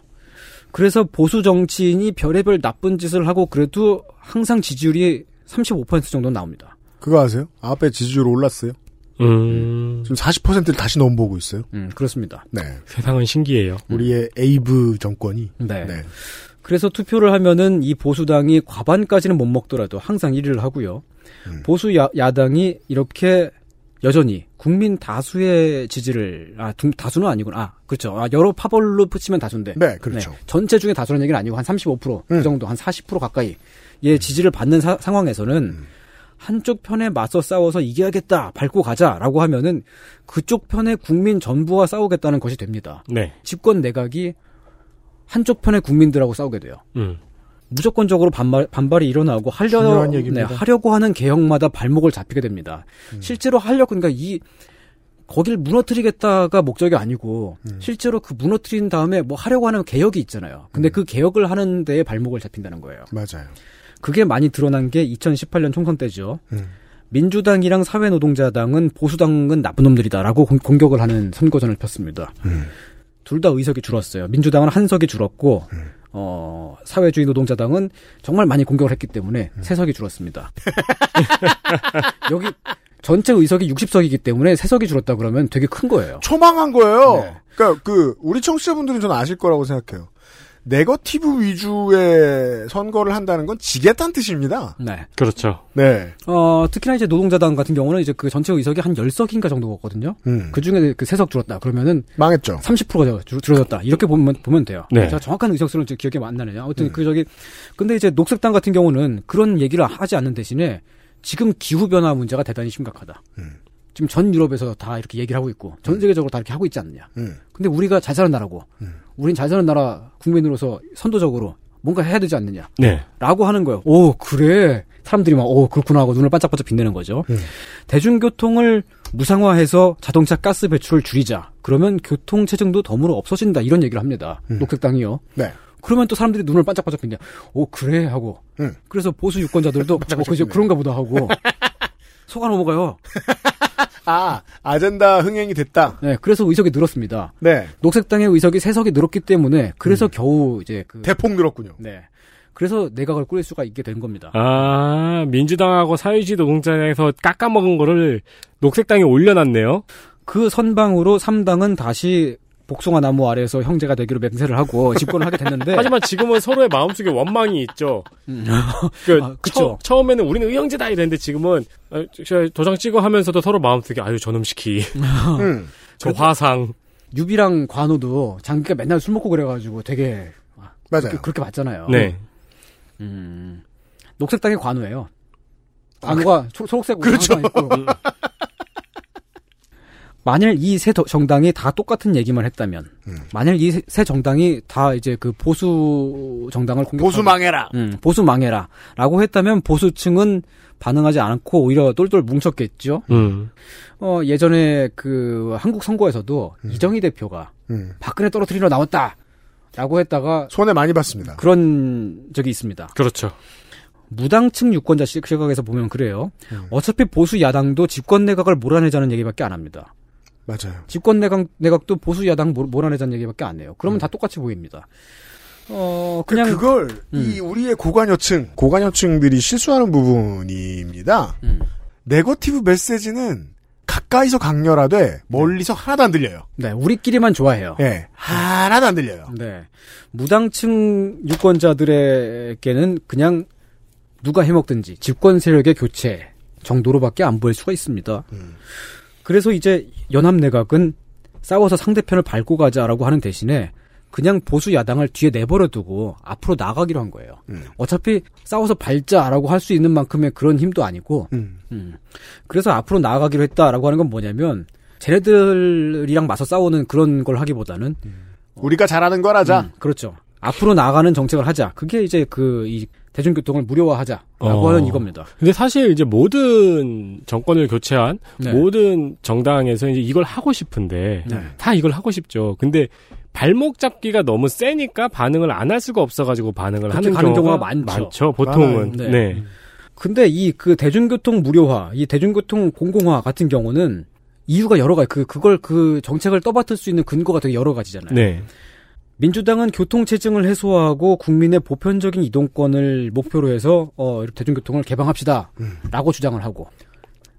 Speaker 4: 그래서 보수 정치인이 별의별 나쁜 짓을 하고 그래도 항상 지지율이 35% 정도 나옵니다.
Speaker 2: 그거 아세요? 앞에 지지율 올랐어요.
Speaker 3: 음,
Speaker 2: 지금 40%를 다시 넘보고 있어요.
Speaker 4: 음, 그렇습니다.
Speaker 2: 네.
Speaker 3: 세상은 신기해요.
Speaker 2: 우리의 에이브 정권이.
Speaker 4: 네.
Speaker 2: 네.
Speaker 4: 그래서 투표를 하면은 이 보수당이 과반까지는 못 먹더라도 항상 1위를 하고요.
Speaker 2: 음.
Speaker 4: 보수 야, 야당이 이렇게 여전히 국민 다수의 지지를 아 두- 다수는 아니구나. 아, 그렇죠. 아, 여러 파벌로 붙이면 다수인데.
Speaker 2: 네, 그렇죠.
Speaker 4: 네, 전체 중에 다수라는 얘기는 아니고 한 35%,
Speaker 2: 음.
Speaker 4: 그 정도 한 40% 가까이 예 지지를 받는 사- 상황에서는
Speaker 2: 음.
Speaker 4: 한쪽 편에 맞서 싸워서 이겨야겠다, 밟고 가자라고 하면은 그쪽 편의 국민 전부와 싸우겠다는 것이 됩니다.
Speaker 3: 네.
Speaker 4: 집권 내각이 한쪽 편의 국민들하고 싸우게 돼요.
Speaker 3: 음.
Speaker 4: 무조건적으로 반발, 반발이 일어나고 하려, 네,
Speaker 2: 중요한 얘기입니다. 음.
Speaker 4: 하려고 하는 개혁마다 발목을 잡히게 됩니다. 실제로 하려고 그러니까 이 거길 무너뜨리겠다가 목적이 아니고
Speaker 2: 음.
Speaker 4: 실제로 그 무너뜨린 다음에 뭐 하려고 하는 개혁이 있잖아요.
Speaker 2: 음.
Speaker 4: 근데 그 개혁을 하는 데에 발목을 잡힌다는 거예요.
Speaker 2: 맞아요.
Speaker 4: 그게 많이 드러난 게 2018년 총선 때죠.
Speaker 2: 음.
Speaker 4: 민주당이랑 사회노동자당은 보수당은 나쁜 놈들이다라고 공- 공격을 하는 선거전을 폈습니다.
Speaker 2: 음.
Speaker 4: 둘 다 의석이 줄었어요. 민주당은 한 석이 줄었고
Speaker 2: 음.
Speaker 4: 어, 사회주의 노동자당은 정말 많이 공격을 했기 때문에
Speaker 2: 음.
Speaker 4: 세 석이 줄었습니다. *laughs* 여기 전체 의석이 60석이기 때문에 세 석이 줄었다 그러면 되게 큰 거예요.
Speaker 2: 초망한 거예요.
Speaker 4: 네.
Speaker 2: 그러니까 그 우리 청취자분들은 저는 아실 거라고 생각해요. 네거티브 위주의 선거를 한다는 건 지겠다는 뜻입니다.
Speaker 4: 네.
Speaker 3: 그렇죠.
Speaker 2: 네.
Speaker 4: 어, 특히나 이제 노동자당 같은 경우는 이제 그 전체 의석이 한 10석인가 정도거든요.
Speaker 2: 음.
Speaker 4: 그 중에 그 세 석 줄었다 그러면은
Speaker 2: 망했죠.
Speaker 4: 30%가 줄- 줄어졌다. 이렇게 보면, 보면 돼요.
Speaker 3: 네.
Speaker 4: 제가 정확한 의석수는 지금 기억이 안 나네요. 아무튼 그 저기, 근데 이제 녹색당 같은 경우는 그런 얘기를 하지 않는 대신에 지금 기후변화 문제가 대단히 심각하다. 지금 전 유럽에서 다 이렇게 얘기를 하고 있고, 전 세계적으로 다 이렇게 하고 있지 않느냐.
Speaker 2: 음.
Speaker 4: 근데 우리가 잘 사는 나라고, 우린 잘 사는 나라 국민으로서 선도적으로 뭔가 해야 되지 않느냐.
Speaker 3: 네.
Speaker 4: 라고 하는 거예요. 오, 그래. 사람들이 막, 오, 그렇구나 하고 눈을 반짝반짝 빛내는 거죠. 대중교통을 무상화해서 자동차 가스 배출을 줄이자. 그러면 교통 체증도 덤으로 없어진다. 이런 얘기를 합니다. 녹색당이요.
Speaker 2: 네.
Speaker 4: 그러면 또 사람들이 눈을 반짝반짝 빛내. 오, 그래. 하고.
Speaker 2: 음.
Speaker 4: 그래서 보수 *laughs* 유권자들도, 어, 그죠.
Speaker 2: 빛내요.
Speaker 4: 그런가 보다 하고. *laughs* 속아 넘어가요.
Speaker 2: 아 아젠다 흥행이 됐다.
Speaker 4: 네. 그래서 의석이 늘었습니다.
Speaker 2: 네.
Speaker 4: 녹색당의 의석이 세석이 늘었기 때문에 그래서 겨우 이제 그.
Speaker 2: 대폭 늘었군요.
Speaker 4: 네. 그래서 내각을 꾸릴 수가 있게 된 겁니다.
Speaker 3: 아, 민주당하고 사회주의 노동자에서 깎아먹은 거를 녹색당에 올려놨네요.
Speaker 4: 그 선방으로 3당은 다시 복숭아 나무 아래에서 형제가 되기로
Speaker 2: *laughs*
Speaker 4: 맹세를 하고 집권을 하게 됐는데
Speaker 3: 하지만 지금은 서로의 마음속에 원망이 있죠. 그,
Speaker 4: 아, 그쵸.
Speaker 3: 처, 음에는 우리는 의형제다 이랬는데 지금은 아, 저- 도장 찍어 하면서도 서로 마음속에 아유 저놈 시키
Speaker 2: 음.
Speaker 3: 저 화상
Speaker 4: 유비랑 관우도 장기가 맨날 술 먹고 그래가지고 되게
Speaker 2: 맞아요.
Speaker 4: 그렇게, 그렇게 봤잖아요.
Speaker 3: 네
Speaker 4: 음, 녹색당의 관우예요. 관우가 초, 초록색 옷
Speaker 2: 아, 그렇죠.
Speaker 4: 항상 입고.
Speaker 2: *laughs*
Speaker 4: 만일 이 세 정당이 다 똑같은 얘기만 했다면,
Speaker 2: 음.
Speaker 4: 만일 이 세 정당이 다 이제 그 보수 정당을 공격하고
Speaker 2: 보수 망해라.
Speaker 4: 음, 보수 망해라. 라고 했다면 보수층은 반응하지 않고 오히려 똘똘 뭉쳤겠죠.
Speaker 3: 음.
Speaker 4: 어, 예전에 그 한국 선거에서도 이정희 대표가
Speaker 2: 음.
Speaker 4: 박근혜 떨어뜨리러 나왔다. 라고 했다가
Speaker 2: 손해 많이 봤습니다.
Speaker 4: 그런 적이 있습니다.
Speaker 3: 그렇죠
Speaker 4: 무당층 유권자 시- 시각에서 보면 그래요. 어차피 보수 야당도 집권 내각을 몰아내자는 얘기밖에 안 합니다.
Speaker 2: 맞아요.
Speaker 4: 집권 내각, 내각도 보수 야당 몰- 몰아내자는 얘기밖에 안 해요. 그러면 다 똑같이 보입니다. 어, 그냥
Speaker 2: 그걸이 우리의 고관여층, 고관여층들이 실수하는 부분입니다.
Speaker 4: 음.
Speaker 2: 네거티브 메시지는 가까이서 강렬하되 멀리서 하나도 안 들려요.
Speaker 4: 네, 우리끼리만 좋아해요.
Speaker 2: 예, 하나도 안 들려요.
Speaker 4: 네. 무당층 유권자들에게는 그냥 누가 해먹든지 집권 세력의 교체 정도로밖에 안 보일 수가 있습니다. 그래서 이제 연합내각은 싸워서 상대편을 밟고 가자라고 하는 대신에 그냥 보수 야당을 뒤에 내버려두고 앞으로 나가기로 한 거예요. 어차피 싸워서 밟자라고 할 수 있는 만큼의 그런 힘도 아니고
Speaker 2: 음.
Speaker 4: 음. 그래서 앞으로 나아가기로 했다라고 하는 건 뭐냐면 쟤네들이랑 맞서 싸우는 그런 걸 하기보다는
Speaker 2: 우리가 잘하는 걸 하자.
Speaker 4: 음, 그렇죠. 앞으로 나아가는 정책을 하자. 그게 이제 그 이 대중교통을 무료화하자라고
Speaker 3: 어.
Speaker 4: 하는 이겁니다.
Speaker 3: 근데 사실 이제 모든 정권을 교체한
Speaker 4: 네.
Speaker 3: 모든 정당에서 이제 이걸 하고 싶은데
Speaker 4: 네.
Speaker 3: 다 이걸 하고 싶죠 근데 발목 잡기가 너무 세니까 반응을 안 할 수가 없어가지고 반응을
Speaker 4: 그렇게
Speaker 3: 하는
Speaker 4: 가는 경우가
Speaker 3: 경우가,
Speaker 4: 많죠.
Speaker 3: 보통은
Speaker 4: 많아요. 네.
Speaker 3: 네.
Speaker 4: 근데 이 그 대중교통 무료화, 이 대중교통 공공화 같은 경우는 이유가 여러 가지, 그, 그걸 그 정책을 떠받들 수 있는 근거가 되게 여러 가지잖아요.
Speaker 3: 네.
Speaker 4: 민주당은 교통체증을 해소하고 국민의 보편적인 이동권을 목표로 해서, 어, 이렇게 대중교통을 개방합시다. 라고 주장을 하고.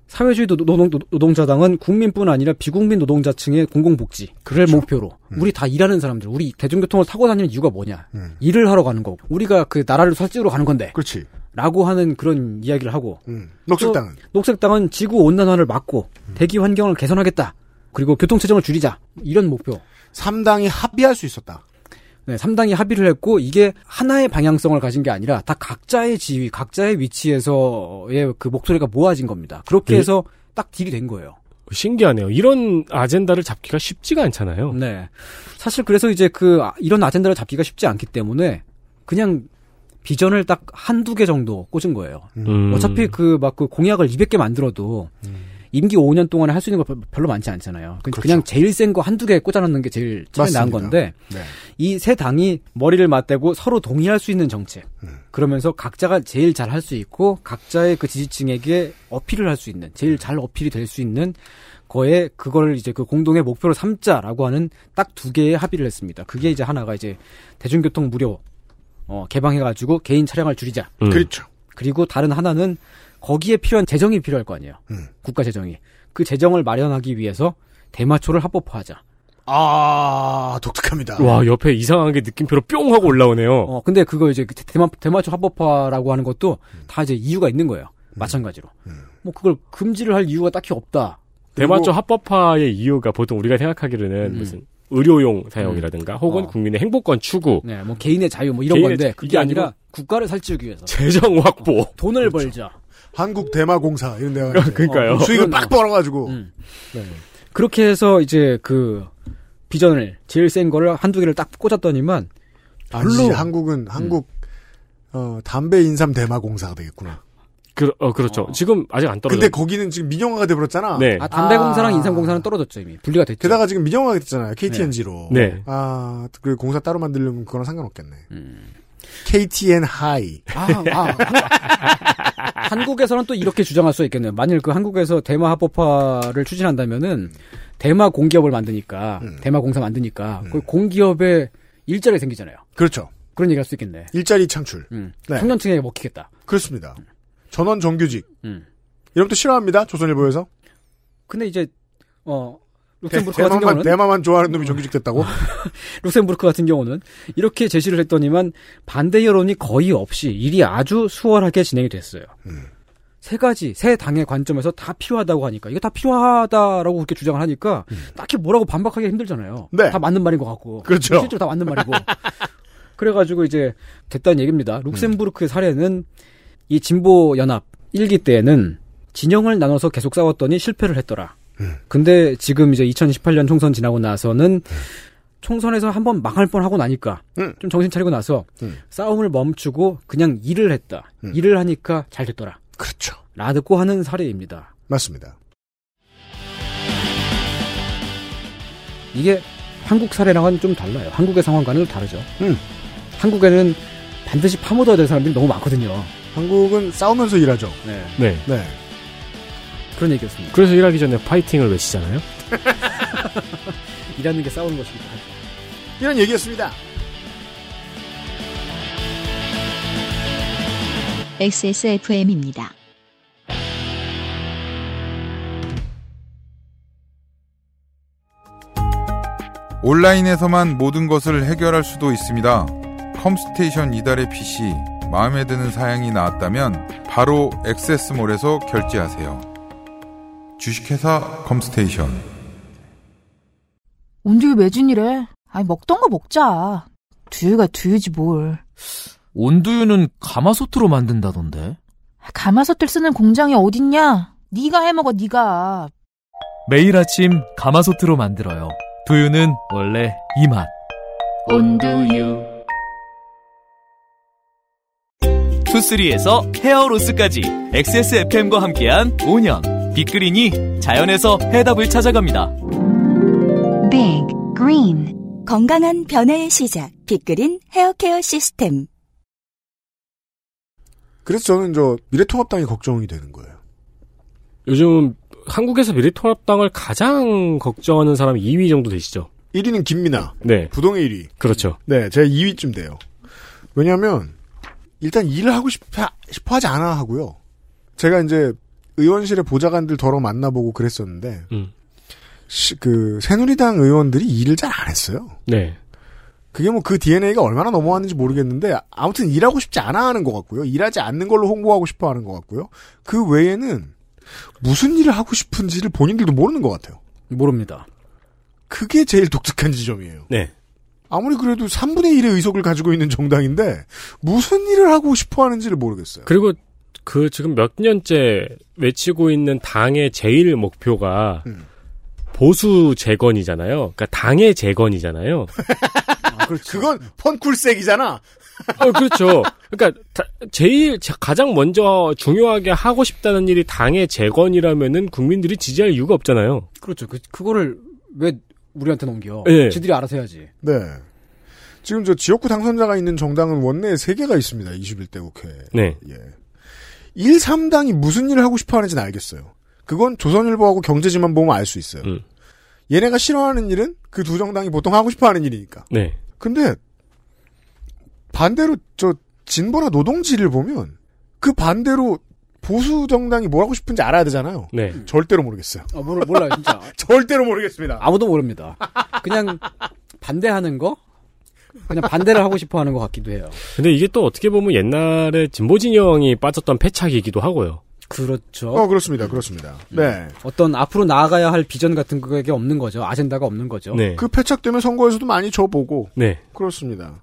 Speaker 4: 사회주의 노- 노동, 노- 노동자당은 국민뿐 아니라 비국민 노동자층의 공공복지 그를 목표로 우리 다 일하는 사람들 우리 대중교통을 타고 다니는 이유가 뭐냐
Speaker 2: 음.
Speaker 4: 일을 하러 가는 거고 우리가 그 나라를 살찌우러 가는 건데
Speaker 2: 그렇지.
Speaker 4: 라고 하는 그런 이야기를 하고
Speaker 2: 음. 녹색당은
Speaker 4: 녹색당은 지구 온난화를 막고 대기 환경을 개선하겠다 그리고 교통 체증을 줄이자 이런 목표
Speaker 2: 삼당이 합의할 수 있었다.
Speaker 4: 네, 3당이 합의를 했고 이게 하나의 방향성을 가진 게 아니라 다 각자의 지위, 각자의 위치에서의 그 목소리가 모아진 겁니다. 그렇게
Speaker 3: 네.
Speaker 4: 해서 딱 딜이 된 거예요.
Speaker 3: 신기하네요. 이런 아젠다를 잡기가 쉽지가
Speaker 2: 어.
Speaker 3: 않잖아요.
Speaker 4: 네. 사실 그래서 이제 그 아- 이런 아젠다를 잡기가 쉽지 않기 때문에 그냥 비전을 딱 한두 개 정도 꽂은 거예요.
Speaker 3: 음.
Speaker 4: 어차피 그 막 그 공약을 200개 만들어도
Speaker 2: 음.
Speaker 4: 임기 5년 동안에 할 수 있는 거 별- 별로 많지 않잖아요. 그- 그냥 제일 센 거 한두 개 꽂아놓는 게 제일 처음에
Speaker 2: 그렇죠. 맞습니다.
Speaker 4: 나은 건데
Speaker 2: 네.
Speaker 4: 이 세 당이 머리를 맞대고 서로 동의할 수 있는 정책. 그러면서 각자가 제일 잘 할 수 있고 각자의 그 지지층에게 어필을 할 수 있는 제일 잘 어필이 될 수 있는 거에 그걸 이제 그 공동의 목표로 삼자라고 하는 딱 두 개의 합의를 했습니다. 그게 이제 하나가 이제 대중교통 무료 어, 개방해가지고 개인 차량을 줄이자.
Speaker 3: 음.
Speaker 2: 그렇죠.
Speaker 4: 그리고 다른 하나는 거기에 필요한 재정이 필요할 거 아니에요.
Speaker 2: 음.
Speaker 4: 국가 재정이. 그 재정을 마련하기 위해서 대마초를 합법화하자.
Speaker 2: 아 독특합니다.
Speaker 3: 와 옆에 이상한 게 느낌표로 뿅 하고 올라오네요.
Speaker 4: 어, 근데 그거 이제 그 대마, 대마초 합법화라고 하는 것도 다 이제 이유가 있는 거예요. 마찬가지로. 뭐 그걸 금지를 할 이유가 딱히 없다.
Speaker 3: 대마초 합법화의 이유가 보통 우리가 생각하기로는
Speaker 4: 음.
Speaker 3: 무슨 의료용 사용이라든가 혹은
Speaker 4: 어.
Speaker 3: 국민의 행복권 추구,
Speaker 4: 네, 뭐 개인의 자유 뭐 이런
Speaker 3: 개인의
Speaker 4: 건데
Speaker 3: 자-
Speaker 4: 그게
Speaker 3: 이게
Speaker 4: 아니라
Speaker 3: 아니고-
Speaker 4: 국가를 살찌우기 위해서
Speaker 3: 재정 확보.
Speaker 4: 돈을 벌자.
Speaker 2: 한국 대마공사 이런 데가 이제
Speaker 3: 그러니까요.
Speaker 4: 어,
Speaker 2: 수익을
Speaker 4: 그건
Speaker 2: 빡
Speaker 4: 뭐-
Speaker 2: 벌어가지고
Speaker 4: 음. 그렇게 해서 이제 그 비전을 제일 센 거를 한두 개를 딱 꽂았더니만
Speaker 2: 아니 한국은 한국 어, 담배 인삼 대마공사가 되겠구나.
Speaker 3: 그, 어, 그렇죠.
Speaker 4: 어.
Speaker 3: 지금 아직 안 떨어져.
Speaker 2: 근데 거기는 지금 민영화가 돼버렸잖아.
Speaker 3: 네.
Speaker 4: 아, 담배공사랑
Speaker 2: 아.
Speaker 4: 인삼공사는 떨어졌죠 이미 분리가 됐죠.
Speaker 2: 게다가 지금 민영화가 됐잖아요. KTNG로.
Speaker 3: 네.
Speaker 2: 아, 그 공사 따로 만들려면 그거랑 상관없겠네. 음. KTN 하이.
Speaker 4: 아, 아,
Speaker 2: *laughs*
Speaker 4: 한, 국에서는또 이렇게 주장할 수 있겠네요. 만일 그 한국에서 대마 합법화를 추진한다면은 대마 공기업을 만드니까
Speaker 2: 음.
Speaker 4: 대마 공사 만드니까 그 공기업에 일자리 가 생기잖아요.
Speaker 2: 그렇죠.
Speaker 4: 그런 얘기할 수 있겠네.
Speaker 2: 일자리 창출.
Speaker 4: 음.
Speaker 2: 네.
Speaker 4: 청년층에게 먹히겠다.
Speaker 2: 그렇습니다. 전원 정규직.
Speaker 4: 음.
Speaker 2: 이런 것도 싫어합니다. 조선일보에서.
Speaker 4: 근데 이제 어
Speaker 2: 대,
Speaker 4: 룩셈부르크 같은
Speaker 2: 대마만,
Speaker 4: 경우는 음.
Speaker 2: 대마만 좋아하는 놈이 정규직 됐다고?
Speaker 4: 룩셈부르크 같은 경우는 이렇게 제시를 했더니만 반대 여론이 거의 없이 일이 아주 수월하게 진행이 됐어요. 세 가지 세 당의 관점에서 다 필요하다고 하니까 이게 다 필요하다라고 그렇게 주장을 하니까 딱히 뭐라고 반박하기 힘들잖아요.
Speaker 2: 네.
Speaker 4: 다 맞는 말인 것 같고
Speaker 2: 그렇죠.
Speaker 4: 실제로 다 맞는 말이고 *laughs* 그래가지고 이제 됐다는 얘기입니다.
Speaker 2: 음.
Speaker 4: 룩셈부르크의 사례는 이 진보 연합 1기 때에는 진영을 나눠서 계속 싸웠더니 실패를 했더라.
Speaker 2: 음.
Speaker 4: 근데 지금 이제 2018년 총선 지나고 나서는 총선에서 한 번 망할 뻔 하고 나니까
Speaker 2: 음.
Speaker 4: 좀 정신 차리고 나서
Speaker 2: 음.
Speaker 4: 싸움을 멈추고 그냥 일을 했다.
Speaker 2: 음.
Speaker 4: 일을 하니까 잘 됐더라.
Speaker 2: 그렇죠.
Speaker 4: 라듣고 하는 사례입니다.
Speaker 2: 맞습니다.
Speaker 4: 이게 한국 사례랑은 좀 달라요. 한국의 상황과는 좀 다르죠.
Speaker 2: 음.
Speaker 4: 한국에는 반드시 파묻어야 될 사람들이 너무 많거든요.
Speaker 2: 한국은 싸우면서 일하죠.
Speaker 4: 네.
Speaker 3: 네.
Speaker 2: 네.
Speaker 4: 그런 얘기였습니다.
Speaker 3: 그래서 일하기 전에 파이팅을 외치잖아요.
Speaker 4: 일하는 게 싸우는 것입니다.
Speaker 2: 이런 얘기였습니다.
Speaker 1: XSFM입니다.
Speaker 8: 온라인에서만 모든 것을 해결할 수도 있습니다. 컴스테이션 이달의 PC 마음에 드는 사양이 나왔다면 바로 액세스몰에서 결제하세요. 주식회사 컴스테이션
Speaker 10: 온종일 매진이래. 아니 먹던 거 먹자. 두유가 두유지 뭘.
Speaker 9: 온두유는 가마솥으로 만든다던데.
Speaker 10: 가마솥을 쓰는 공장이 어딨냐? 네가 해먹어 네가.
Speaker 9: 매일 아침 가마솥으로 만들어요. 두유는 원래 이 맛.
Speaker 6: 온두유
Speaker 9: 투쓰리에서 헤어로스까지 XSFM과 함께한 5년. 빅그린이 자연에서 해답을 찾아갑니다.
Speaker 1: Big Green.
Speaker 5: 건강한 변화의 시작. 빅그린 헤어케어 시스템.
Speaker 2: 그래서 저는 저 미래통합당이 걱정이 되는 거예요.
Speaker 3: 요즘 한국에서 미래통합당을 가장 걱정하는 사람이 2위 정도 되시죠.
Speaker 2: 1위는 김미나.
Speaker 3: 네.
Speaker 2: 부동의 1위.
Speaker 3: 그렇죠.
Speaker 2: 네, 제가 2위쯤 돼요. 왜냐하면 일단 일을 하고 싶어, 싶어 하지 않아 하고요. 제가 이제 의원실의 보좌관들 더러 만나보고 그랬었는데
Speaker 3: 음.
Speaker 2: 시- 그 새누리당 의원들이 일을 잘 안 했어요.
Speaker 3: 네.
Speaker 2: 그게 뭐 그 DNA가 얼마나 넘어왔는지 모르겠는데 아무튼 일하고 싶지 않아 하는 것 같고요. 일하지 않는 걸로 홍보하고 싶어 하는 것 같고요. 그 외에는 무슨 일을 하고 싶은지를 본인들도 모르는 것 같아요.
Speaker 4: 모릅니다.
Speaker 2: 그게 제일 독특한 지점이에요.
Speaker 3: 네.
Speaker 2: 아무리 그래도 3분의 1의 의석을 가지고 있는 정당인데 무슨 일을 하고 싶어 하는지를 모르겠어요.
Speaker 3: 그리고 그 지금 몇 년째 외치고 있는 당의 제일 목표가
Speaker 2: 음.
Speaker 3: 보수 재건이잖아요. 그러니까 당의 재건이잖아요. 그렇죠.
Speaker 2: 그건 펀쿨색이잖아.
Speaker 3: 어, 그렇죠. 그러니까 다- 제일 자- 가장 먼저 중요하게 하고 싶다는 일이 당의 재건이라면은 국민들이 지지할 이유가 없잖아요.
Speaker 4: 그렇죠. 그, 그거를 왜 우리한테 넘겨?
Speaker 3: 예.
Speaker 4: 지들이 알아서 해야지.
Speaker 2: 네. 지금 저 지역구 당선자가 있는 정당은 원내에 3개가 있습니다. 21대 국회.
Speaker 3: 네.
Speaker 2: 예. 1, 3당이 무슨 일을 하고 싶어 하는지는 알겠어요. 그건 조선일보하고 경제지만 보면 알 수 있어요.
Speaker 3: 음.
Speaker 2: 얘네가 싫어하는 일은 그 두 정당이 보통 하고 싶어 하는 일이니까.
Speaker 3: 네.
Speaker 2: 근데 반대로 저 진보나 노동지를 보면 그 반대로 보수 정당이 뭘 하고 싶은지 알아야 되잖아요.
Speaker 3: 네.
Speaker 2: 절대로 모르겠어요. *laughs*
Speaker 4: 아, 몰라, 몰라요, 진짜.
Speaker 2: 절대로 모르겠습니다.
Speaker 4: *laughs* 아무도 모릅니다. 그냥 반대하는 거? 그냥 반대를 하고 싶어 하는 것 같기도 해요.
Speaker 3: 근데 이게 또 어떻게 보면 옛날에 진보 진영이 빠졌던 패착이기도 하고요.
Speaker 4: 그렇죠.
Speaker 2: 어 그렇습니다. 그렇습니다. 네.
Speaker 4: 어떤 앞으로 나아가야 할 비전 같은 그게 없는 거죠. 아젠다가 없는 거죠.
Speaker 3: 네.
Speaker 2: 그 패착되면 선거에서도 많이 져보고
Speaker 3: 네.
Speaker 2: 그렇습니다.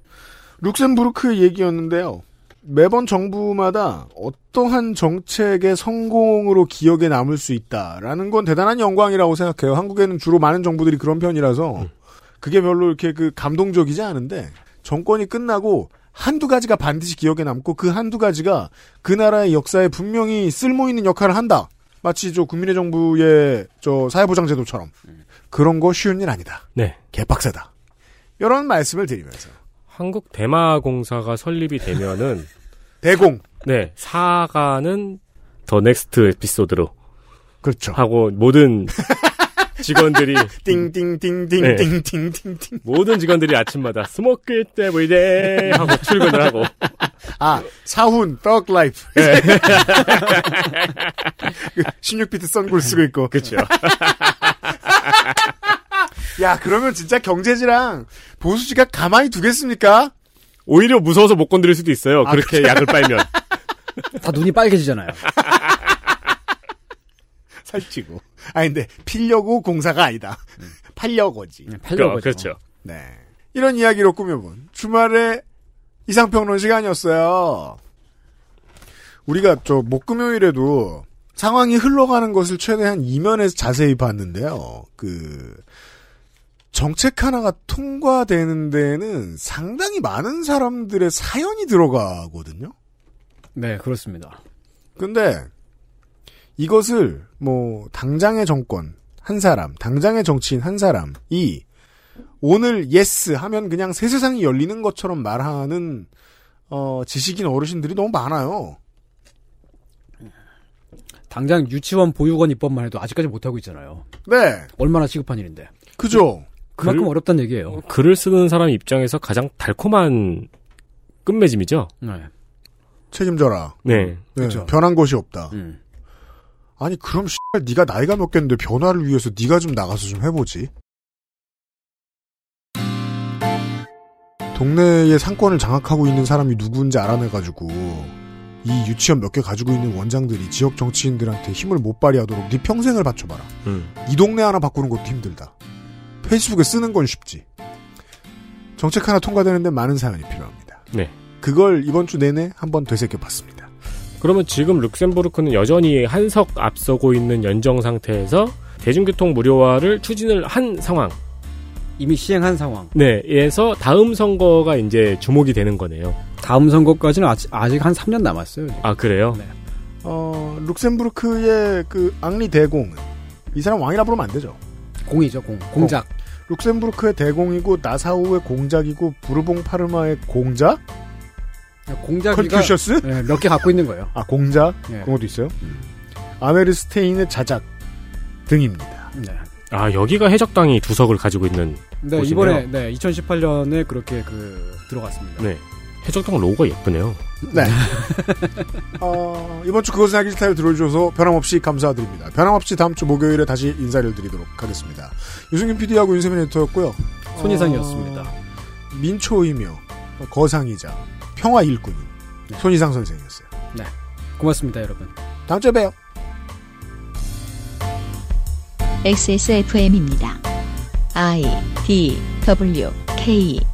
Speaker 2: 룩셈부르크 얘기였는데요. 매번 정부마다 어떠한 정책의 성공으로 기억에 남을 수 있다라는 건 대단한 영광이라고 생각해요. 한국에는 주로 많은 정부들이 그런 편이라서 그게 별로 이렇게 그 감동적이지 않은데 정권이 끝나고 한두 가지가 반드시 기억에 남고 그 한두 가지가 그 나라의 역사에 분명히 쓸모 있는 역할을 한다. 마치 저 국민의 정부의 저 사회보장제도처럼 그런 거 쉬운 일 아니다.
Speaker 3: 네.
Speaker 2: 개빡세다. 이런 말씀을 드리면서
Speaker 3: 한국 대마 공사가 설립이 되면은
Speaker 2: 대공
Speaker 3: *laughs* 네. 사가는 더 넥스트 에피소드로
Speaker 2: 그렇죠.
Speaker 3: 하고 *laughs* 모든 직원들이 네.
Speaker 2: 띵띵띵띵띵띵띵띵
Speaker 3: 모든 직원들이 아침마다 스모크 때브이데 *laughs* 하고 출근을 하고
Speaker 2: 아 사훈 떡 라이프 *laughs* 그 16비트 선글 쓰고 있고
Speaker 3: 그렇죠.
Speaker 2: 야 그러면 진짜 경제지랑 보수지가 가만히 두겠습니까?
Speaker 3: 오히려 무서워서 못 건드릴 수도 있어요. 아, 그렇죠. *laughs* 그렇게 약을 빨면
Speaker 4: 다 눈이 빨개지잖아요.
Speaker 2: 살찌고 음. 아니 근데 필려고 공사가 아니다 팔려고지
Speaker 4: 팔려고
Speaker 3: 그렇죠.
Speaker 2: 네 이런 이야기로 꾸며본 주말에 이상평론 시간이었어요. 우리가 저 목금요일에도 상황이 흘러가는 것을 최대한 이면에서 자세히 봤는데요. 그 정책 하나가 통과되는 데에는 상당히 많은 사람들의 사연이 들어가거든요.
Speaker 4: 네, 그렇습니다.
Speaker 2: 근데 이것을 뭐 당장의 정권 한 사람, 당장의 정치인 한 사람이 오늘 예스 하면 그냥 새 세상이 열리는 것처럼 말하는 어, 지식인 어르신들이 너무 많아요.
Speaker 4: 당장 유치원 보육원 입법만 해도 아직까지 못하고 있잖아요.
Speaker 2: 네,
Speaker 4: 얼마나 시급한 일인데.
Speaker 2: 그죠.
Speaker 4: 그만큼
Speaker 3: 글-
Speaker 4: 어렵단 얘기예요.
Speaker 3: 그렇죠. 글을 쓰는 사람 입장에서 가장 달콤한 끝맺음이죠.
Speaker 4: 네.
Speaker 2: 책임져라.
Speaker 3: 네.
Speaker 2: 네,
Speaker 4: 그죠.
Speaker 2: 변한 것이 없다.
Speaker 4: 음.
Speaker 2: 아니 그럼 씨발 네가 나이가 먹겠는데 변화를 위해서 네가 좀 나가서 좀 해보지. 동네에 상권을 장악하고 있는 사람이 누구인지 알아내가지고 이 유치원 몇 개 가지고 있는 원장들이 지역 정치인들한테 힘을 못 발휘하도록 네 평생을 바쳐봐라.
Speaker 3: 음.
Speaker 2: 이 동네 하나 바꾸는 것도 힘들다. 페이스북에 쓰는 건 쉽지. 정책 하나 통과되는데 많은 사연이 필요합니다.
Speaker 3: 네.
Speaker 2: 그걸 이번 주 내내 한번 되새겨봤습니다.
Speaker 3: 그러면 지금 룩셈부르크는 여전히 한석 앞서고 있는 연정 상태에서 대중교통 무료화를 추진을 한 상황.
Speaker 4: 이미 시행한 상황.
Speaker 3: 네. 에서 다음 선거가 이제 주목이 되는 거네요.
Speaker 4: 다음 선거까지는 아직, 아직 한 3년 남았어요. 지금.
Speaker 3: 아, 그래요?
Speaker 4: 네.
Speaker 2: 어, 룩셈부르크의 그 앙리 대공은 이 사람 왕이라 부르면 안 되죠.
Speaker 4: 공이죠, 공. 공작.
Speaker 2: 룩셈부르크의 대공이고 나사우의 공작이고 부르봉 파르마의 공자?
Speaker 4: 공작이가 네,
Speaker 2: 컨퓨셔스?
Speaker 4: 몇 개 갖고 있는 거예요.
Speaker 2: 아 공자
Speaker 4: 네.
Speaker 2: 그런 것도 있어요. 아메르스테인의 자작 등입니다.
Speaker 4: 네.
Speaker 3: 아, 여기가 해적당이 두석을 가지고 있는
Speaker 4: 네,
Speaker 3: 보시네요.
Speaker 4: 이번에 네, 2018년에 그렇게 그 들어갔습니다.
Speaker 3: 네. 해적당 로고가 예쁘네요.
Speaker 2: 네. 어, 이번 주 그것은 하기 싫다를 들어주셔서 변함없이 감사드립니다. 변함없이 다음 주 목요일에 다시 인사를 드리도록 하겠습니다. 유승균 PD하고 윤세민 에디터였고요.
Speaker 4: 손이상이었습니다.
Speaker 2: 어, 민초이며 거상이자 평화 일꾼인 손이상 선생이었어요.
Speaker 4: 네. 고맙습니다, 여러분.
Speaker 2: 다음 주에 봬요.
Speaker 1: XSFM입니다. I D W K